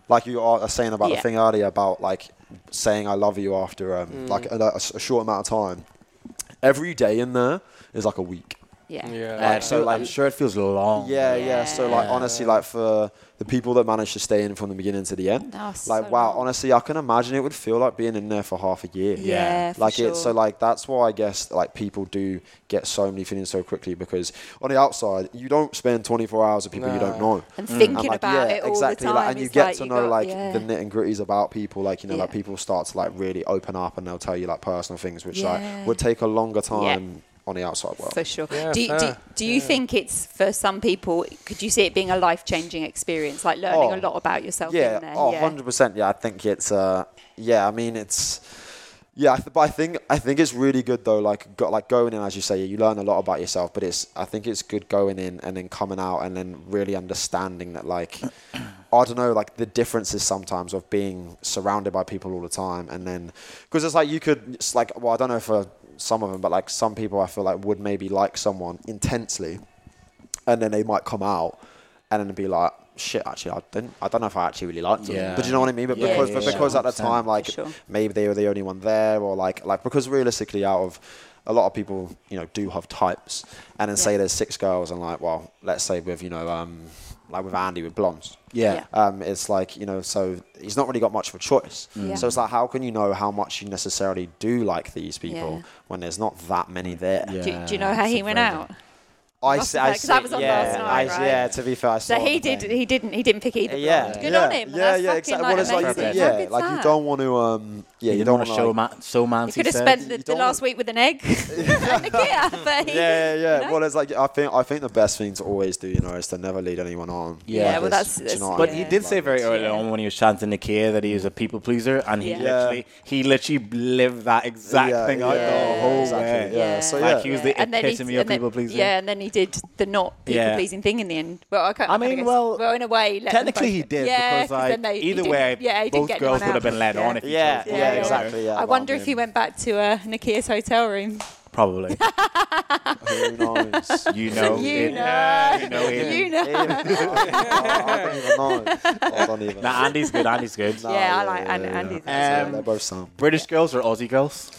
S1: like you are saying about
S11: Yeah.
S1: the thing earlier about like saying I love you after um,
S11: Mm.
S1: like a, a s- a short amount of time. Every day in there is like a week.
S3: Yeah.
S4: Yeah,
S1: Like, so,
S4: so
S1: like-
S4: I'm sure it feels long.
S1: Yeah, yeah. So like honestly, like for the people that managed to stay in from the beginning to the end,
S11: Oh,
S1: like
S11: so
S1: wow, honestly, I can imagine it would feel like being in there for half a year.
S11: Yeah, for
S1: like it's so
S11: sure.
S1: like that's why I guess like people do get so many feelings so quickly because on the outside you don't spend 24 hours with people you don't
S11: No.
S1: know
S11: And thinking about it all the
S1: exactly like,
S11: time,
S1: and you
S11: it's
S1: get
S11: like
S1: to
S11: you
S1: know
S11: got-
S1: like
S11: yeah.
S1: the nit and gritties about people like you know
S11: Yeah.
S1: like people start to like really open up and they'll tell you like personal things which
S3: Yeah.
S1: like would take a longer
S3: Yeah.
S1: time on the outside world
S3: For sure. do, you, do, do you think it's for some people? Could you see it being a life changing experience, like learning
S1: Oh.
S3: a lot about yourself?
S1: yeah,
S3: in there?
S1: oh, 100%. Yeah, I think it's, uh, yeah, I mean, it's, yeah, I th- but I think, I think it's really good though, like, go, like going in, as you say, you learn a lot about yourself, but it's, I think it's good going in and then coming out and then really understanding that, like, I don't know, like the differences sometimes of being surrounded by people all the time, and then because it's like you could, it's like, well, I don't know for some of them, but like some people, I feel like would maybe like someone intensely, and then they might come out and then be like, shit, actually, I didn't, I don't know if I actually really liked them.
S11: Yeah.
S1: But do you know what I mean? But
S11: Yeah,
S1: because,
S11: yeah,
S1: but
S11: yeah.
S1: because at the
S11: 100%,
S1: time, like
S11: for sure.
S1: maybe they were the only one there, or like, like because realistically, out of a lot of people, you know, do have types, and then say there's six girls, and like, well, let's say with you know, um, like with Andy with blondes.
S4: Yeah.
S1: Um, it's like you know, so he's not really got much of a choice.
S4: Mm. Yeah.
S1: So it's like, how can you know how much you necessarily do like these people
S3: Yeah.
S1: when there's not that many there?
S3: Do, do you know how he went out?
S1: I
S3: Must
S1: see.
S3: have
S1: I
S3: heard, 'cause
S1: see.
S3: that was on
S1: yeah,
S3: last night,
S1: I-
S3: right?
S1: yeah. To be fair, I
S3: So
S1: saw
S3: he
S1: the thing.
S3: did. He didn't. He didn't pick either.
S1: Yeah,
S3: blonde. Good
S1: yeah,
S3: on him.
S1: Yeah,
S3: That's
S1: yeah,
S3: fucking,
S1: exactly.
S3: Like,
S1: well, it's like,
S3: amazing.
S1: yeah,
S3: Good
S1: like you
S3: time.
S1: don't want to, um, yeah, you,
S4: You
S1: don't
S4: don't
S1: want to
S4: wanna show man- so man.
S3: You could have spent the, the last week with an egg and a gear, but he,
S1: yeah, yeah, yeah. Well, it's like I think I think the best thing to always do, you know, is to never lead anyone on. Like, it's- do you know what I
S4: but
S1: mean?
S4: he did say very early on when he was chanting the Kia that he was a people pleaser, and he
S1: Yeah.
S4: literally he literally lived that exact
S1: Yeah,
S4: thing out
S1: yeah,
S4: the whole
S1: exactly,
S4: way.
S1: yeah. So,
S4: like
S1: yeah.
S4: he was the
S3: and then he,
S4: epitome of
S3: and then-
S4: people pleasing.
S3: Yeah, and then he did the not people
S4: Yeah.
S3: pleasing thing in the end. Well, I, can't, I mean, well, in a way, let them
S4: Technically,
S3: both-
S4: he did
S3: yeah,
S4: because like
S3: then they, he
S4: either
S3: didn't-
S4: way,
S3: yeah, he didn't
S4: both
S3: get
S4: girls
S3: anyone
S4: would have been
S3: out.
S4: led on. If he
S1: Yeah,
S4: chose to
S1: yeah,
S4: go.
S1: exactly, yeah.
S3: I
S1: well,
S3: wonder
S1: I
S3: if he went back to uh, Nikia's hotel room.
S4: Probably.
S1: Who knows?
S4: You know.
S3: You
S4: it-
S3: know.
S4: You know. it.
S3: You know.
S4: Nah, Andy's good. Andy's good.
S3: Yeah, I yeah, like yeah, Andy- yeah. Andy's
S4: Um,
S3: good.
S1: they're both sound.
S4: British girls or Aussie girls?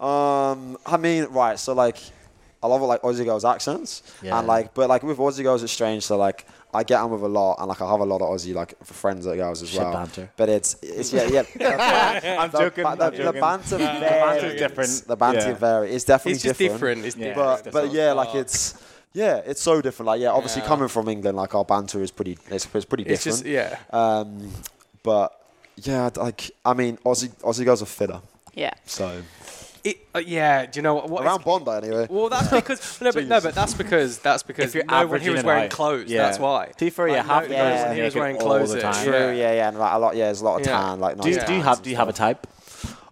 S1: Um, I mean, right. So like, I love like Aussie girls' accents,
S4: Yeah.
S1: and like, but like with Aussie girls, it's strange. So like, I get on with a lot, and like I have a lot of Aussie like f- friends that are girls as
S4: Shit
S1: well.
S4: banter.
S1: But it's it's yeah yeah. that's right.
S4: I'm
S1: The-
S4: joking,
S1: The,
S4: I'm
S1: the
S4: joking.
S1: banter
S4: The banter's
S1: varies.
S4: different.
S1: The banter
S4: Yeah.
S1: varies. It's definitely
S2: It's just different, it's different,
S1: But
S2: it's
S1: but
S2: different.
S1: yeah, like it's. Yeah, it's so different. Like, yeah, obviously coming from England, like our banter is pretty, it's, it's pretty different.
S2: It's just- yeah.
S1: Um, but yeah, I'd like I mean, Aussie Aussie girls are fitter.
S3: Yeah.
S1: So
S2: It, uh, yeah, do you know what? what
S1: around Bondi anyway.
S2: Well, that's because no, but no, but that's because that's because
S1: you're
S2: no one here
S1: averaging
S2: was
S1: it
S2: wearing
S1: out.
S2: clothes.
S1: Yeah.
S2: That's why.
S4: To be fair, yeah,
S2: Like,
S4: half
S2: no-
S4: the
S2: no one
S4: girls
S2: here was
S4: naked
S2: wearing
S4: all the
S2: clothes.
S4: time.
S1: True, yeah, yeah, and like a lot, yeah, there's a lot of
S2: Yeah.
S1: tan, like nice
S4: Do you, do you
S1: tans
S4: have
S1: and
S4: do you have a type?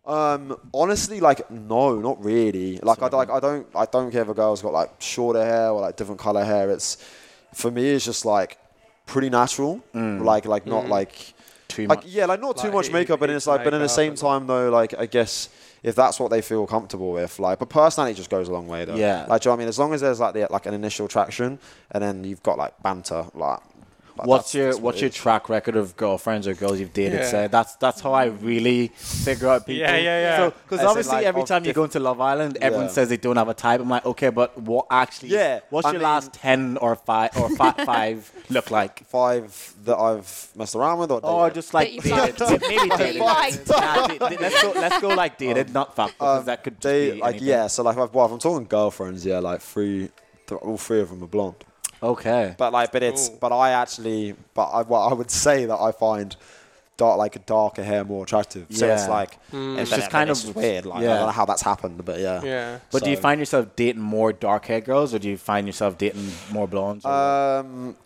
S1: Um, honestly, like no, not really. Like I like I don't I don't care if a girl's got like shorter hair or like different color hair. It's for me, it's just like pretty natural.
S4: Mm.
S1: Like like not
S4: Mm.
S1: like
S4: Too
S1: like
S4: much.
S1: yeah, like not too
S4: Like,
S1: much
S4: it-
S1: makeup, but
S4: it's
S1: it's like but in the
S4: makeup
S1: same
S4: and-
S1: time though, like I guess. If that's what they feel comfortable with, like, but personality just goes a long way, though.
S4: Yeah.
S1: Like, do you know what I mean? As long as there's like the like an initial traction, and then you've got like banter, like. like,
S4: what's
S1: Uh, that's-
S4: your
S1: that's what
S4: what's
S1: it
S4: your
S1: is.
S4: track record of girlfriends or girls you've dated?
S1: Yeah.
S4: So that's that's how I really figure out people.
S1: Yeah, yeah, yeah. As
S4: Because
S1: in,
S4: obviously,
S1: like,
S4: every
S1: of
S4: time you go into Love Island, everyone
S1: Yeah.
S4: says they don't have a type. I'm like, okay, but what actually?
S1: Yeah,
S4: What's
S1: I
S4: your
S1: mean-
S4: last ten or five or fi- five look like?
S1: Five that I've messed around with, or
S4: Or
S1: dated?
S4: Oh, just like dated, maybe dated. Nah, da- da- let's go. Let's go like dated, not fucked, because that could just
S1: Um, They
S4: be
S1: like
S4: anything.
S1: yeah. So like, if, well, if I'm talking girlfriends, yeah, like three, th- all three of them are blonde.
S4: Okay.
S1: But like, but it's but I actually, but I well, I would say that I find dark like darker hair more attractive. So it's
S4: Yeah.
S1: like
S4: Mm.
S1: it's just kind of weird. Like I
S4: yeah.
S1: don't know how that's happened, but yeah.
S4: But do you
S1: So-
S4: find yourself dating more dark haired girls, or do you find yourself dating more blondes? or-
S1: Um,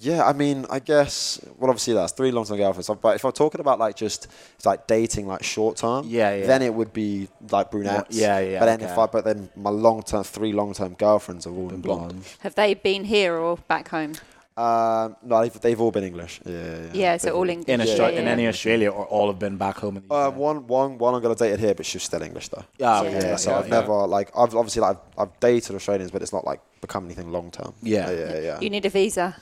S1: yeah, I mean, I guess. Well, obviously that's three long-term girlfriends. But if I'm talking about like just it's like dating, like short term,
S4: Yeah, yeah.
S1: then it would be like brunettes.
S4: Yeah, yeah,
S1: But then
S4: okay.
S1: if I, but then my long-term, three long-term girlfriends have all been blonde.
S3: Have they been here or back home?
S1: Um, no, they've, they've all been English. Yeah, yeah. yeah.
S3: Yeah, so
S1: They've
S3: all English,
S4: in
S1: yeah,
S4: Australia,
S1: yeah,
S4: in
S1: yeah.
S4: any Australia, or all have been back home in the
S1: Uh, one, one, one. I'm gonna date it here, but she's still English though.
S4: Yeah,
S1: so,
S4: okay,
S1: yeah.
S4: yeah,
S1: So
S4: yeah,
S1: I've
S4: yeah.
S1: never like I've obviously like I've, I've dated Australians, but it's not like become anything long term.
S4: Yeah.
S1: yeah, yeah.
S3: You need a visa.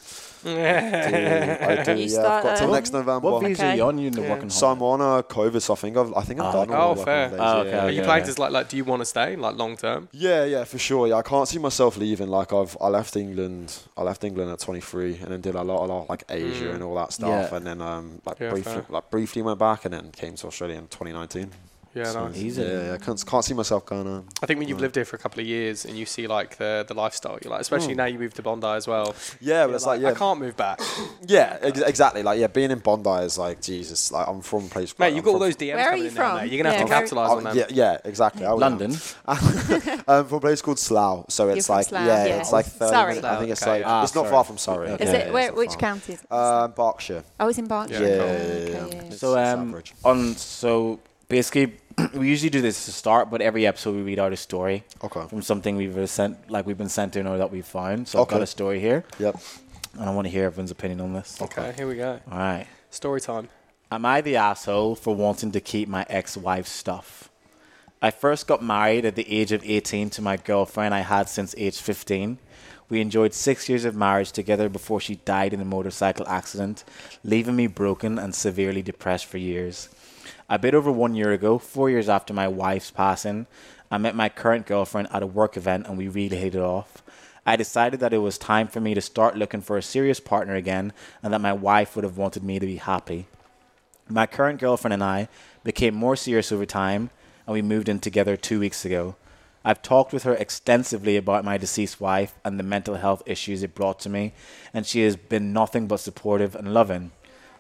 S1: I do,
S3: You
S1: yeah. I've
S3: start uh,
S1: got till
S3: early.
S1: next November.
S3: What visa are you on? You're in the Yeah. working
S1: So I'm on a COVID, so I think I've, I think I've done all
S2: Oh,
S1: the working
S2: fair.
S1: holidays,
S2: okay. Are you playing as like like? Do you want to stay like long term?
S1: Yeah, yeah, for sure. Yeah, I can't see myself leaving. Like I've, I left England. I left England at 23, and then did a lot, a lot like Asia
S2: Mm.
S1: and all that stuff,
S4: Yeah.
S1: and then um, like
S2: Yeah,
S1: briefly,
S2: fair.
S1: like briefly went back, and then came to Australia in 2019.
S2: Yeah, nice. Easy.
S1: Yeah, yeah. I can't, can't see myself going. Uh,
S2: I think when you've
S1: no.
S2: lived here for a couple of years and you see like the the lifestyle, you like, especially
S1: Mm.
S2: now you moved to Bondi as well.
S1: Yeah, but
S2: you're
S1: it's like,
S2: I
S1: yeah.
S2: can't move back.
S1: Yeah, ex- exactly. Like yeah, being in Bondi is like Jesus. Like I'm from a place.
S2: Mate,
S1: I'm
S2: you've got all
S1: from-
S2: those DMs Where are coming you in now, from? mate. You're gonna have Yeah, to where- capitalise
S1: Oh,
S2: on them.
S1: Yeah, yeah, exactly. I would
S4: London.
S1: have. um, from a place called Slough, so
S3: You're
S1: it's
S3: from
S1: like
S3: Slough,
S1: yeah,
S3: yeah.
S1: it's like 30
S3: Surrey.
S1: minutes- I think it's
S2: Okay,
S1: like
S2: yeah.
S1: it's not
S2: Ah,
S1: far from Surrey.
S4: Is
S1: Yeah,
S3: Is
S1: yeah,
S3: it
S1: it's
S3: where,
S1: not
S3: which
S1: far.
S3: county? is it?
S4: Uh,
S1: Um, Berkshire.
S3: Oh, it's in Berkshire.
S1: Yeah,
S3: Cool.
S1: yeah, yeah, yeah.
S4: So um, on so basically, we usually do this to start, but every episode we read out a story
S1: okay.
S4: from something we've been sent, like we've been sent in or that we've found. So I've got
S1: Okay.
S4: a story here.
S1: Yep.
S4: And I want to hear everyone's opinion on this.
S2: Okay, here we go.
S4: All right.
S2: Story time.
S4: Am I the asshole for wanting to keep my ex wife's stuff? I first got married at the age of 18 to my girlfriend I had since age 15. We enjoyed six years of marriage together before she died in a motorcycle accident, leaving me broken and severely depressed for years. A bit over one year ago, four years after my wife's passing, I met my current girlfriend at a work event and we really hit it off. I decided that it was time for me to start looking for a serious partner again and that my wife would have wanted me to be happy. My current girlfriend and I became more serious over time, and we moved in together two weeks ago. I've talked with her extensively about my deceased wife and the mental health issues it brought to me, and she has been nothing but supportive and loving.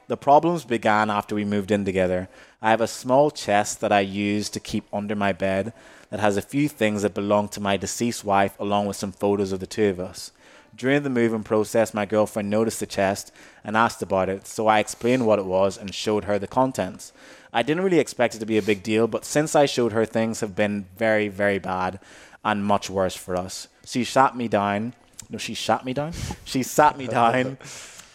S4: The problems began after we moved in together. I have a small chest that I use to keep under my bed that has a few things that belong to my deceased wife, along with some photos of the two of us. During the moving process, my girlfriend noticed the chest and asked about it, so I explained what it was and showed her the contents. I didn't really expect it to be a big deal, but since I showed her, things have been very, very bad and much worse for us. She sat me down. No, she sat me down? She sat me down.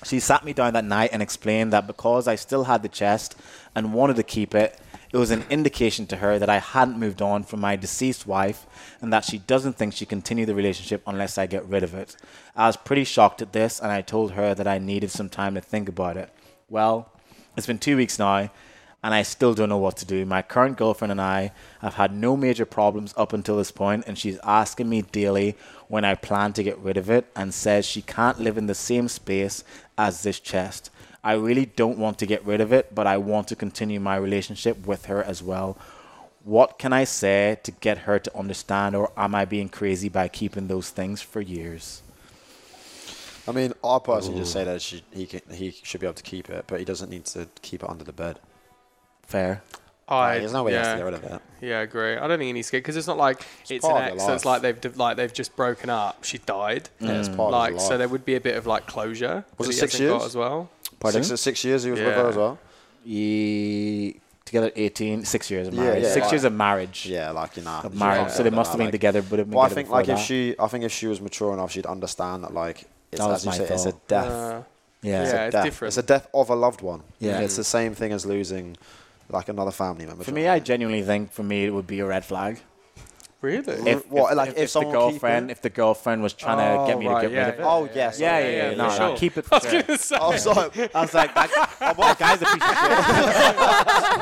S4: She sat me down that night and explained that because I still had the chest and wanted to keep it, it was an indication to her that I hadn't moved on from my deceased wife and that she doesn't think she continue the relationship unless I get rid of it. I was pretty shocked at this and I told her that I needed some time to think about it. Well, it's been two weeks now and I still don't know what to do. My current girlfriend and I have had no major problems up until this point, and she's asking me daily when I plan to get rid of it and says she can't live in the same space as this chest. I really don't want to get rid of it, but I want to continue my relationship with her as well. What can I say to get her to understand, or am I being crazy by keeping those things for years?
S1: I mean, I personally just say that she, he can, he should be able to keep it, but he doesn't need to keep it under the bed.
S4: Fair.
S1: Like, Oh, there's no way he has to get rid of it.
S2: Yeah, I agree. I don't think he needs to get because it's not like it's, an
S1: part of
S2: ex.
S1: their
S2: So
S1: life.
S2: it's like they've de- like they've just broken up. She died. Mm.
S1: Yeah, it's part of
S2: like
S1: their
S2: so
S1: life.
S2: there would be a bit of like closure.
S1: Was
S2: that
S1: it
S2: he
S1: six
S2: hasn't got
S1: years?
S2: as well?
S1: Probably six, six years he was with
S2: Yeah.
S1: her as well.
S4: Ye- together 18, six years of
S1: Yeah,
S4: marriage.
S1: yeah,
S4: six
S1: like-
S4: years of marriage.
S1: Yeah, like you know,
S4: Of marriage. so they must have been together, but it
S1: well, I think like if she, I think if she was mature enough, she'd understand that like it's
S4: That
S1: as
S4: was
S1: you
S4: my
S1: say, it's a
S4: thought.
S1: death.
S4: Uh, Yeah.
S1: it's,
S4: yeah,
S1: a
S4: it's
S1: death.
S4: different. Mm.
S1: It's a death of a loved one.
S4: Yeah.
S1: it's the same thing as losing like another family member.
S4: For me, I genuinely think for me it would be a red flag.
S2: Really?
S4: If,
S1: Mm, What,
S4: if,
S1: like,
S4: if,
S1: if
S4: if the
S1: someone keep
S4: girlfriend, if the girlfriend was trying to get
S1: Oh,
S4: me
S1: right,
S4: to get
S1: yeah,
S4: rid of it.
S1: yeah, Oh, yeah, yes,
S4: yeah,
S1: yeah,
S4: yeah,
S1: yeah, Oh,
S4: yeah,
S1: for
S4: no, no,
S1: sure.
S4: keep it.
S1: I was gonna say. I was like-
S4: I was like, that, that guy's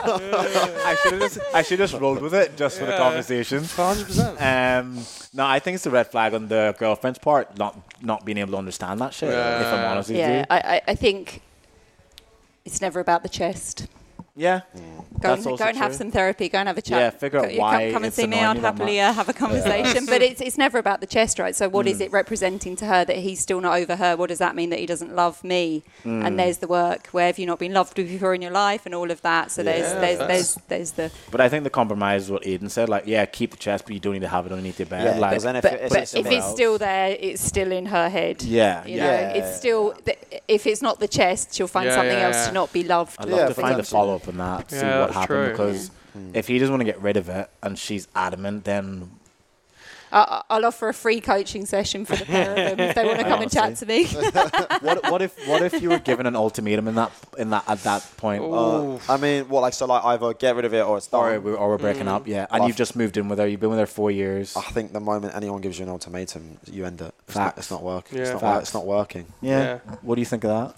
S4: a piece of shit. I should have just, I should have just rolled with it just for the
S2: Yeah.
S4: conversation. Hundred percent. Um, no, I think it's a red flag on the girlfriend's part, not not being able to understand that shit. If I'm honest with
S3: yeah,
S4: you.
S3: I, I, I think it's never about the chest.
S4: Yeah.
S3: Go, and,
S4: That's also
S3: go and have
S4: true.
S3: some therapy. Go and have a chat.
S4: Yeah, figure out
S3: Go- you
S4: why
S3: Come, come and
S4: it's
S3: see me.
S4: annoying
S3: I'd
S4: you that
S3: happily
S4: much.
S3: uh, have a conversation. but it's, it's never about the chest, right? So what is
S4: Mm.
S3: it representing to her that he's still not over her? What does that mean that he doesn't love me?
S4: Mm.
S3: And there's the work. Where have you not been loved before in your life? And all of that. So
S4: Yeah,
S3: there's,
S4: that's-
S3: there's there's there's the
S4: But I think the compromise is what Aiden said. Like, yeah, keep the chest, but you don't need to have it underneath your bed.
S1: Yeah,
S4: like,
S1: because then if
S3: but, but if it's still there, it's still in her head.
S4: Yeah,
S3: you
S4: yeah.
S3: know,
S4: Yeah,
S3: it's
S4: yeah,
S3: still. Th- if it's not the chest, she'll find
S4: Yeah,
S3: something
S4: yeah,
S3: else
S4: yeah. Mm-hmm.
S3: to not be loved.
S4: I'd love to find the follow up on that, see
S2: Yeah,
S4: what
S2: that's
S4: happened.
S2: true.
S4: Because if he doesn't want to get rid of it and she's adamant, then
S3: I- I- I'll offer a free coaching session for the pair of them if they want to come and chat to me.
S4: what, what if what if you were given an ultimatum in that in that at that point?
S1: Uh, I mean, what like so like either get rid of it or it's done.
S4: Or we-
S2: Mm.
S4: or we're breaking up, yeah. And you've just moved in with her. You've been with her four years.
S1: I think the moment anyone gives you an ultimatum, you end it. It's
S4: Facts.
S1: not, it's not working.
S4: Yeah.
S1: It's, not, wor-
S4: Facts.
S1: it's not working.
S4: Yeah. What do you think of that?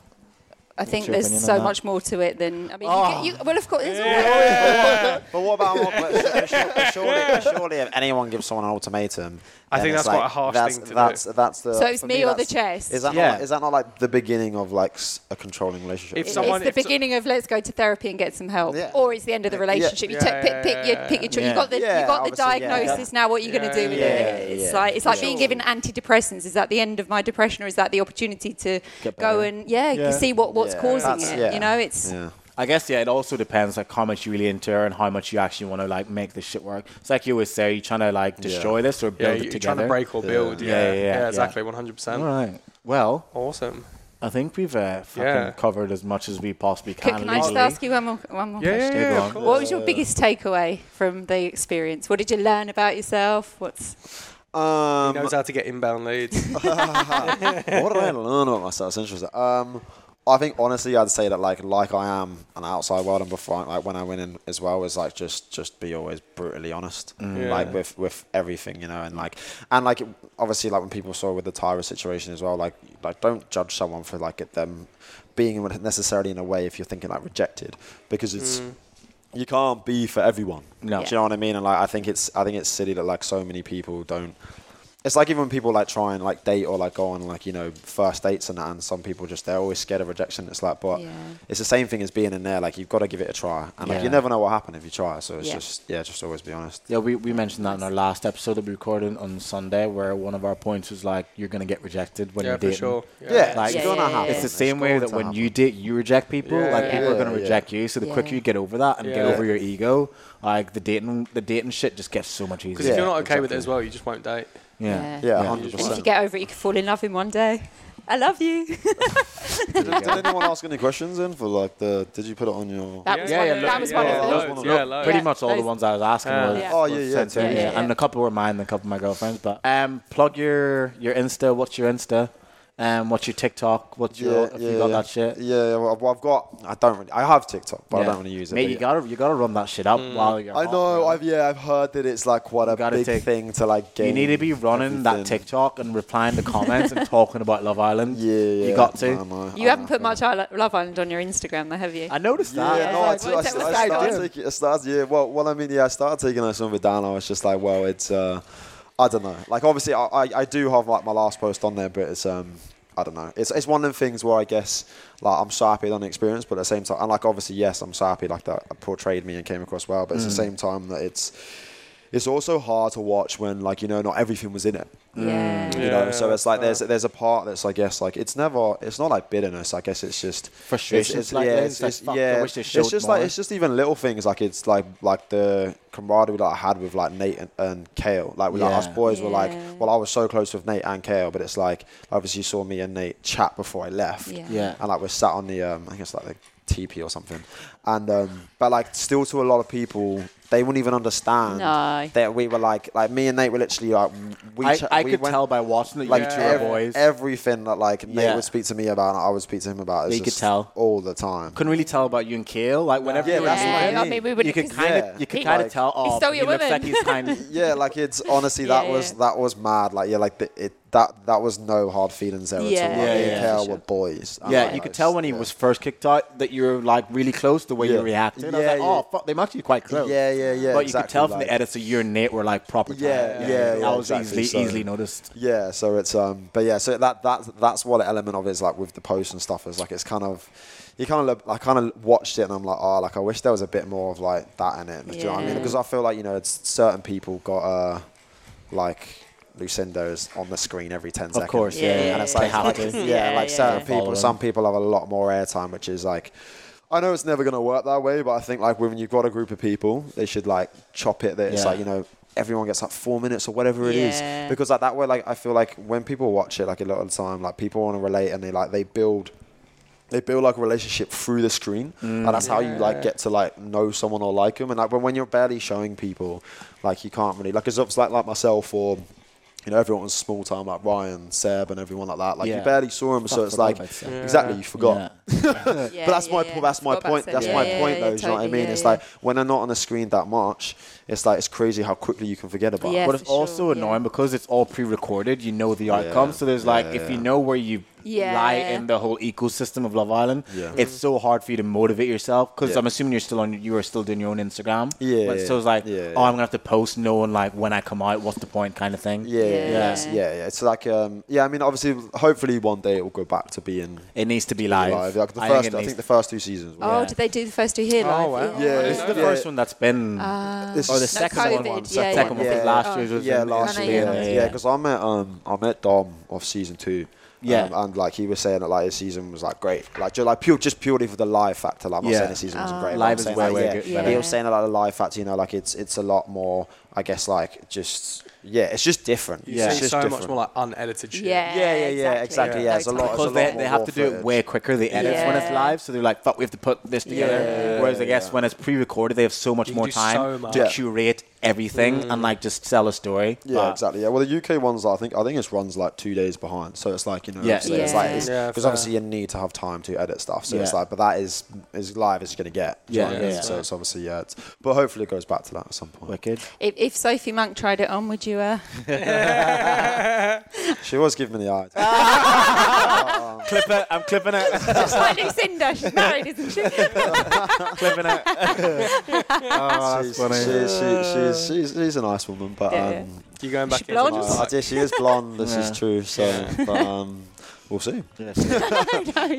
S3: I think
S4: your
S3: there's
S4: opinion on
S3: so
S4: that?
S3: much more to it than. I mean,
S1: Oh.
S3: you, get- you, well, of course. it's all-
S1: But what about but surely, surely if anyone gives someone an ultimatum,
S2: I
S1: then
S2: think
S1: it's
S2: that's quite
S1: like-
S2: a harsh
S1: that's,
S2: thing to do.
S1: that's, That's the.
S3: So it's
S1: for
S3: me or the
S1: that's-
S3: chest?
S1: Is that
S3: Yeah.
S1: not like, is that not like the beginning of like s- a controlling relationship?
S3: It- it's the beginning of let's go to therapy and get some help, or it's the end of the relationship. You
S1: Yeah,
S3: take, pick, pick, your,
S1: yeah,
S3: pick your choice.
S1: yeah.
S3: You got the,
S1: Yeah,
S3: you got the
S1: obviously, yeah.
S3: diagnosis. Now, what are you going to do with
S1: Yeah,
S3: it? It's
S1: yeah,
S3: like it's
S1: for
S3: like being given antidepressants. Is that the end of my depression, or is that the opportunity to go and yeah,
S4: Yeah.
S3: see what what's
S4: Yeah.
S3: causing
S4: That's-
S3: it?
S4: yeah.
S3: You know, it's
S4: I guess yeah, it also depends like how much you really into her and how much you actually want to like make this shit work. It's like you always say, you're trying to like destroy this or
S2: Yeah,
S4: build
S2: you're
S4: it together.
S2: trying to break or build. Yeah,
S4: yeah, yeah, yeah.
S2: exactly. One hundred percent.
S4: All right. Well,
S2: awesome.
S4: I think we've uh, fucking
S2: Yeah.
S4: covered as much as we possibly can.
S3: Can, can I just
S4: legally.
S3: ask you one more, one more
S4: Yeah, yeah,
S3: question?
S4: yeah, of course.
S3: what was your
S4: Yeah.
S3: biggest takeaway from the experience? What did you learn about yourself? What's
S1: Um,
S2: he knows how to get inbound leads.
S1: what did I learn about myself? It's interesting. Um, I think honestly, I'd say that like like I am an outside world, and before like when I went in as well is like just just be always brutally honest,
S11: Mm.
S1: like
S11: Yeah.
S1: with with everything you know, and like and like it, obviously like when people saw with the Tyra situation as well, like like don't judge someone for like it, them being necessarily in a way if you're thinking like rejected because it's
S11: Mm.
S1: you can't be for everyone.
S4: No.
S1: Do you know what I mean? And like I think it's I think it's silly that like so many people don't It's like even when people like try and like date or like go on like you know first dates and that, and some people just they're always scared of rejection. It's like, but
S3: Yeah.
S1: it's the same thing as being in there. Like you've got to give it a try, and like
S4: Yeah.
S1: you never know what happens if you try. So it's
S4: Yeah.
S1: just yeah, just always be honest.
S4: Yeah, we, we mentioned that in our last episode that we recorded on Sunday, where one of our points was like, you're going to get rejected when
S1: Yeah,
S4: you're
S1: for
S4: dating.
S1: sure. Yeah.
S4: like,
S1: Yeah, It's gonna yeah, happen.
S4: It's the
S1: It's
S4: same way that
S1: to
S4: when you date, you reject people.
S1: Yeah,
S4: like, people are
S1: yeah,
S4: going to
S1: yeah.
S4: reject you. So the
S1: Yeah.
S4: quicker you get over that and get
S2: Yeah.
S4: over your ego, like the dating the dating shit just gets so much easier.
S2: Because if you're not okay with it as well, you just won't date.
S4: Yeah.
S1: Yeah,
S4: Yeah.
S1: hundred
S3: If you
S1: percent.
S3: get over it, you can fall in love in one day. I love you.
S1: Did anyone ask any questions in for like the? Did you put it on your?
S3: That was Yeah, one- yeah, that was yeah, one of yeah, them.
S4: Loads,
S3: loads,
S4: no,
S3: yeah, loads.
S4: Pretty
S3: Yeah,
S4: much all the
S3: those-
S4: ones I was asking
S1: Yeah.
S4: was.
S1: Yeah. Oh, yeah,
S4: was
S1: yeah,
S4: sent in,
S1: yeah, yeah.
S4: And a couple were mine, and a couple my girlfriends. But um, plug your your Insta. What's your Insta? Um, what's your TikTok? What's your if you got
S1: yeah.
S4: that shit?
S1: Yeah, well, I've- I've got. I don't. Really, I have TikTok, but I
S4: Yeah. Mm.
S1: don't really use it.
S4: Mate,
S1: but
S4: you
S1: yeah.
S4: gotta you gotta run that shit up while you're.
S1: I
S4: hot.
S1: know. I've yeah. I've heard that it's like what a
S4: gotta
S1: big
S4: take-
S1: thing to like.
S4: You
S1: Gain
S4: need to be running that
S1: everything.
S4: TikTok and replying to comments and talking about Love Island. Yeah, you
S1: yeah,
S4: got to.
S1: I know.
S3: You haven't put much I Love Island on your Instagram, though, have you?
S4: I noticed
S1: Yeah, no, I,
S3: Well,
S1: I,
S3: that was
S1: I
S3: going
S1: started
S3: on.
S1: taking. I started. Yeah, well, well, I mean, yeah, I started taking like, some of it down. I was just like, well, it's. Uh, I don't know. Like, obviously, I, I, I do have like my last post on there, but it's um. I don't know. It's, it's one of the things where I guess like I'm so happy I done the experience, but at the same time, and like obviously yes, I'm so happy like that portrayed me and came across well. But it's the
S11: Mm.
S1: same time that it's it's also hard to watch when like you know not everything was in it.
S11: Yeah.
S1: You know,
S11: Yeah,
S1: so it's like there's there's a part that's I guess like it's never it's not like bitterness. I guess it's just
S4: Frustration
S1: It's, it's,
S4: slightly,
S1: yeah,
S4: it's
S1: it's,
S4: like,
S1: it's-
S4: fuck, I
S1: yeah.
S4: wish they
S1: it's
S4: showed
S1: just
S4: more.
S1: like it's just even little things like it's like like the camaraderie that I had with like Nate and, and Kale. Like we like us
S4: Yeah.
S1: boys were like well I was so close with Nate and Kale, but it's like obviously you saw me and Nate chat before I left.
S4: Yeah. Yeah.
S1: And like we're sat on the um I guess like the teepee or something. And um but like still to a lot of people they wouldn't even understand
S4: No.
S1: that we were like like me and Nate were literally like we
S4: I,
S1: cha-
S4: I
S1: we
S4: could
S1: went-
S4: tell by watching that you two are
S1: ev-
S4: boys.
S1: everything that like Nate
S4: Yeah.
S1: would speak to me about, and I would speak to him about. It's
S4: You could
S1: just
S4: tell.
S1: all the time.
S4: Couldn't really tell about you and Kale. Like whenever
S1: Yeah,
S4: you were
S1: that's what I
S4: together,
S1: mean. I mean, we
S4: you
S1: wouldn't-
S4: could kind of you could kind of tell. Oh, he looks like he's kind of.
S1: yeah, like it's honestly that
S4: Yeah,
S1: was that was mad. Like yeah, like the, it that that was no hard feelings there
S4: Yeah,
S1: at all. Like,
S4: yeah,
S1: me and
S4: yeah.
S1: Kel
S4: For sure.
S1: were boys. And,
S4: Yeah,
S1: like,
S4: you could tell when he was first kicked out that you were like really close the way you
S1: Yeah.
S4: reacted. I was
S1: Yeah,
S4: like,
S1: yeah.
S4: oh fuck, they're actually quite close.
S1: Yeah, yeah, yeah,
S4: But you could
S1: exactly,
S4: tell from
S1: like-
S4: the edits that you and Nate were like proper. tight.
S1: Yeah, yeah, yeah,
S4: I was
S1: exactly,
S4: easily
S1: so-
S4: easily noticed.
S1: Yeah, so it's um, but yeah, so that that that's what element of it is like with the post and stuff is like it's kind of. You kind of, look, I kind of watched it, and I'm like, oh, like I wish there was a bit more of like that in it. Do you know what I mean?
S11: Yeah.
S1: Because I feel like you know, it's certain people got uh, like Lucinda's on the screen every ten seconds.
S4: course, yeah, Yeah. yeah,
S1: and it's
S4: yeah.
S1: like,
S4: They have
S1: like,
S4: to.
S1: yeah,
S4: Yeah,
S1: like
S4: yeah,
S1: certain
S4: yeah. Follow
S1: people. Some
S4: them.
S1: people have a lot more airtime, which is like, I know it's never going to work that way, but I think like when you've got a group of people, they should like chop it. That it's
S11: Yeah.
S1: like you know everyone gets like four minutes or whatever it is,
S11: Yeah.
S1: because like that way, like I feel like when people watch it, like a lot of the time, like people want to relate and they like they build. They build like a relationship through the screen,
S11: Mm.
S1: and that's how you like
S11: Yeah.
S1: get to like know someone or like them. And like when, when you're barely showing people, like you can't really like it's obviously like, like myself or you know everyone was small time like Ryan, Seb, and everyone like that. Like
S11: Yeah.
S1: you barely saw them,
S11: Fuck,
S1: so it's
S11: forgot
S1: like
S11: about Seb. Yeah.
S1: exactly you forgot. but that's my po- that's my
S11: Forgot about
S1: point.
S11: Seb.
S1: That's
S11: Yeah,
S1: my
S11: yeah,
S1: point
S11: yeah,
S1: though. do you know what I
S11: totally.
S1: mean?
S11: Yeah,
S1: it's
S11: yeah.
S1: like when they're not on the screen that much, it's like it's crazy how quickly you can forget about.
S4: but
S1: it.
S4: it's also annoying because it's all pre-recorded. You know the
S1: Yeah.
S4: outcome, so there's like if
S1: Yeah.
S4: you know where you lie
S11: Yeah.
S4: in the whole ecosystem of Love Island,
S11: Yeah.
S4: it's so hard for you to motivate yourself because
S11: Yeah.
S4: I'm assuming you're still on you are still doing your own Instagram.
S1: Yeah,
S4: but
S1: yeah,
S4: so it's like
S1: yeah,
S4: oh, I'm gonna have to post knowing like when I come out, what's the point, kind of thing.
S1: Yeah, yeah, yeah, it's- yeah, yeah. It's like, um, yeah. I mean, obviously, hopefully, one day it will go back to being.
S4: It needs to be live.
S1: Like the
S4: I think
S1: first,
S4: it
S1: I
S4: needs-
S1: think the first two seasons. were-
S3: Oh, did they do the first two here? live?
S1: Yeah,
S4: this is the first one that's been,
S3: Ah.
S4: or Oh, the
S3: This is-
S4: second
S3: No,
S4: one.
S3: COVID,
S4: one.
S3: yeah,
S4: second one.
S3: yeah.
S4: because
S3: Yeah.
S4: Last year's
S3: Oh.
S4: was
S1: yeah,
S4: in-
S1: last
S3: I know
S1: year.
S3: you
S1: Yeah,
S3: know.
S1: because I met um I met Dom off season two.
S4: Yeah.
S1: um, and like he was saying that like his season was like great, like just like pure just purely for the live factor. Like I'm
S4: Yeah.
S1: not saying his season
S3: Oh.
S1: wasn't
S4: Ah.
S1: great. but
S4: Live
S1: I'm
S4: is
S1: saying,
S4: way,
S1: like,
S4: way
S1: yeah,
S4: good- better.
S1: He was saying like the live factor, you know, like it's it's a lot more. I guess like just yeah, it's just different.
S2: You
S1: it's
S2: see
S1: just
S2: so
S1: different.
S2: much more like unedited shit.
S3: Yeah,
S1: Yeah, yeah, yeah, exactly. Yeah, it's a lot.
S4: because
S1: it's a lot
S4: they, they
S1: more
S4: have
S1: raw
S4: to do it
S1: footage.
S4: way quicker the edits when it's
S1: Yeah.
S4: live so they're like fuck we have to put this together
S1: Yeah,
S4: whereas i guess
S1: yeah.
S4: when it's pre-recorded they have so much
S1: You can
S4: more
S1: do
S4: time
S1: so
S4: to
S1: much.
S4: curate everything
S1: Mm.
S4: and like just sell a story
S1: Yeah,
S4: But-
S1: exactly. Yeah, well, the UK ones, I think, I think it runs like two days behind. So it's like you know,
S4: Yeah,
S1: so it's
S4: yeah.
S1: like because
S4: Yeah, fair.
S1: obviously you need to have time to edit stuff. So it's
S4: Yeah.
S1: like, but that is as live as you're gonna get. Do you know
S4: Yeah,
S1: what I mean?
S4: yeah.
S1: So it's obviously yeah, it's, but hopefully it goes back to that at some point.
S4: Wicked.
S3: If, if Sophie Monk tried it on, would you? Uh...
S1: she was giving me the eye.
S4: clip it. I'm clipping
S3: She's like
S4: it.
S3: Lucinda. She's married, isn't she?
S4: clipping it.
S1: oh,
S4: that's
S1: she's,
S4: funny.
S1: She's, she's, she's, she's a nice woman, but
S3: Yeah, yeah.
S1: um,
S2: you going
S3: back She in blonde?
S1: Uh,
S3: tonight?
S1: yeah, she is blonde. This
S4: Yeah.
S1: is true. So, but, um, we'll see.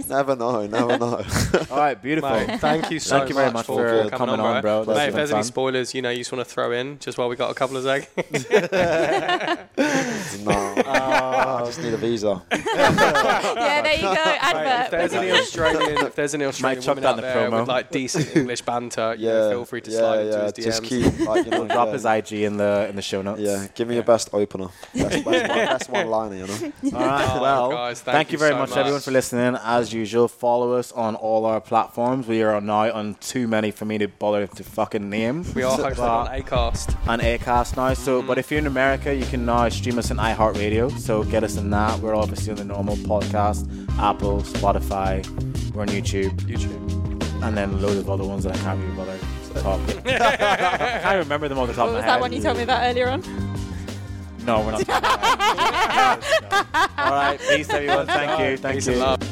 S1: never know. Never know.
S4: All right, beautiful.
S2: Mate, thank you so
S4: Thank you very much for
S2: for
S4: coming
S2: coming
S4: on,
S2: on,
S4: bro. That's
S2: Mate, if
S4: been
S2: there's
S4: fun.
S2: any spoilers, you know, you just want to throw in just while we got a couple of eggs.
S1: no,
S4: Oh.
S1: I just need a visa.
S3: yeah, there you go.
S2: Mate, if
S3: Advert.
S2: there's any Australian, if there's any Australian
S4: chuck
S2: women
S4: down
S2: out
S4: the
S2: there
S4: promo.
S2: with like decent English banter, you know, feel free to slide into his DMs.
S1: Just keep like you know,
S4: Drop
S1: yeah.
S4: his IG in the in the show notes.
S1: Yeah, give me your best opener. Best, best, one, best one liner, you know.
S4: All right.
S2: Oh,
S4: Well,
S2: guys,
S4: thank,
S2: thank
S4: you
S2: you
S4: very
S2: so
S4: much,
S2: much.
S4: everyone, for listening. As usual, follow us on all our platforms. We are now on too many for me to bother to fucking name.
S2: We are hosted
S4: But-
S2: on Acast.
S4: on Acast now. So, but if you're in America, you can now stream us on iHeartRadio. So get us in that. We're obviously on the normal podcast, Apple, Spotify. We're on YouTube,
S2: YouTube,
S4: and then loads of other ones that I can't remember. the Top. I can't remember them off the top
S3: What
S4: of my
S3: was
S4: head.
S3: that one you told me about earlier on?
S4: No, we're not. All right, peace, everyone. Thank you. Thank
S2: Peace
S4: you.
S2: and love.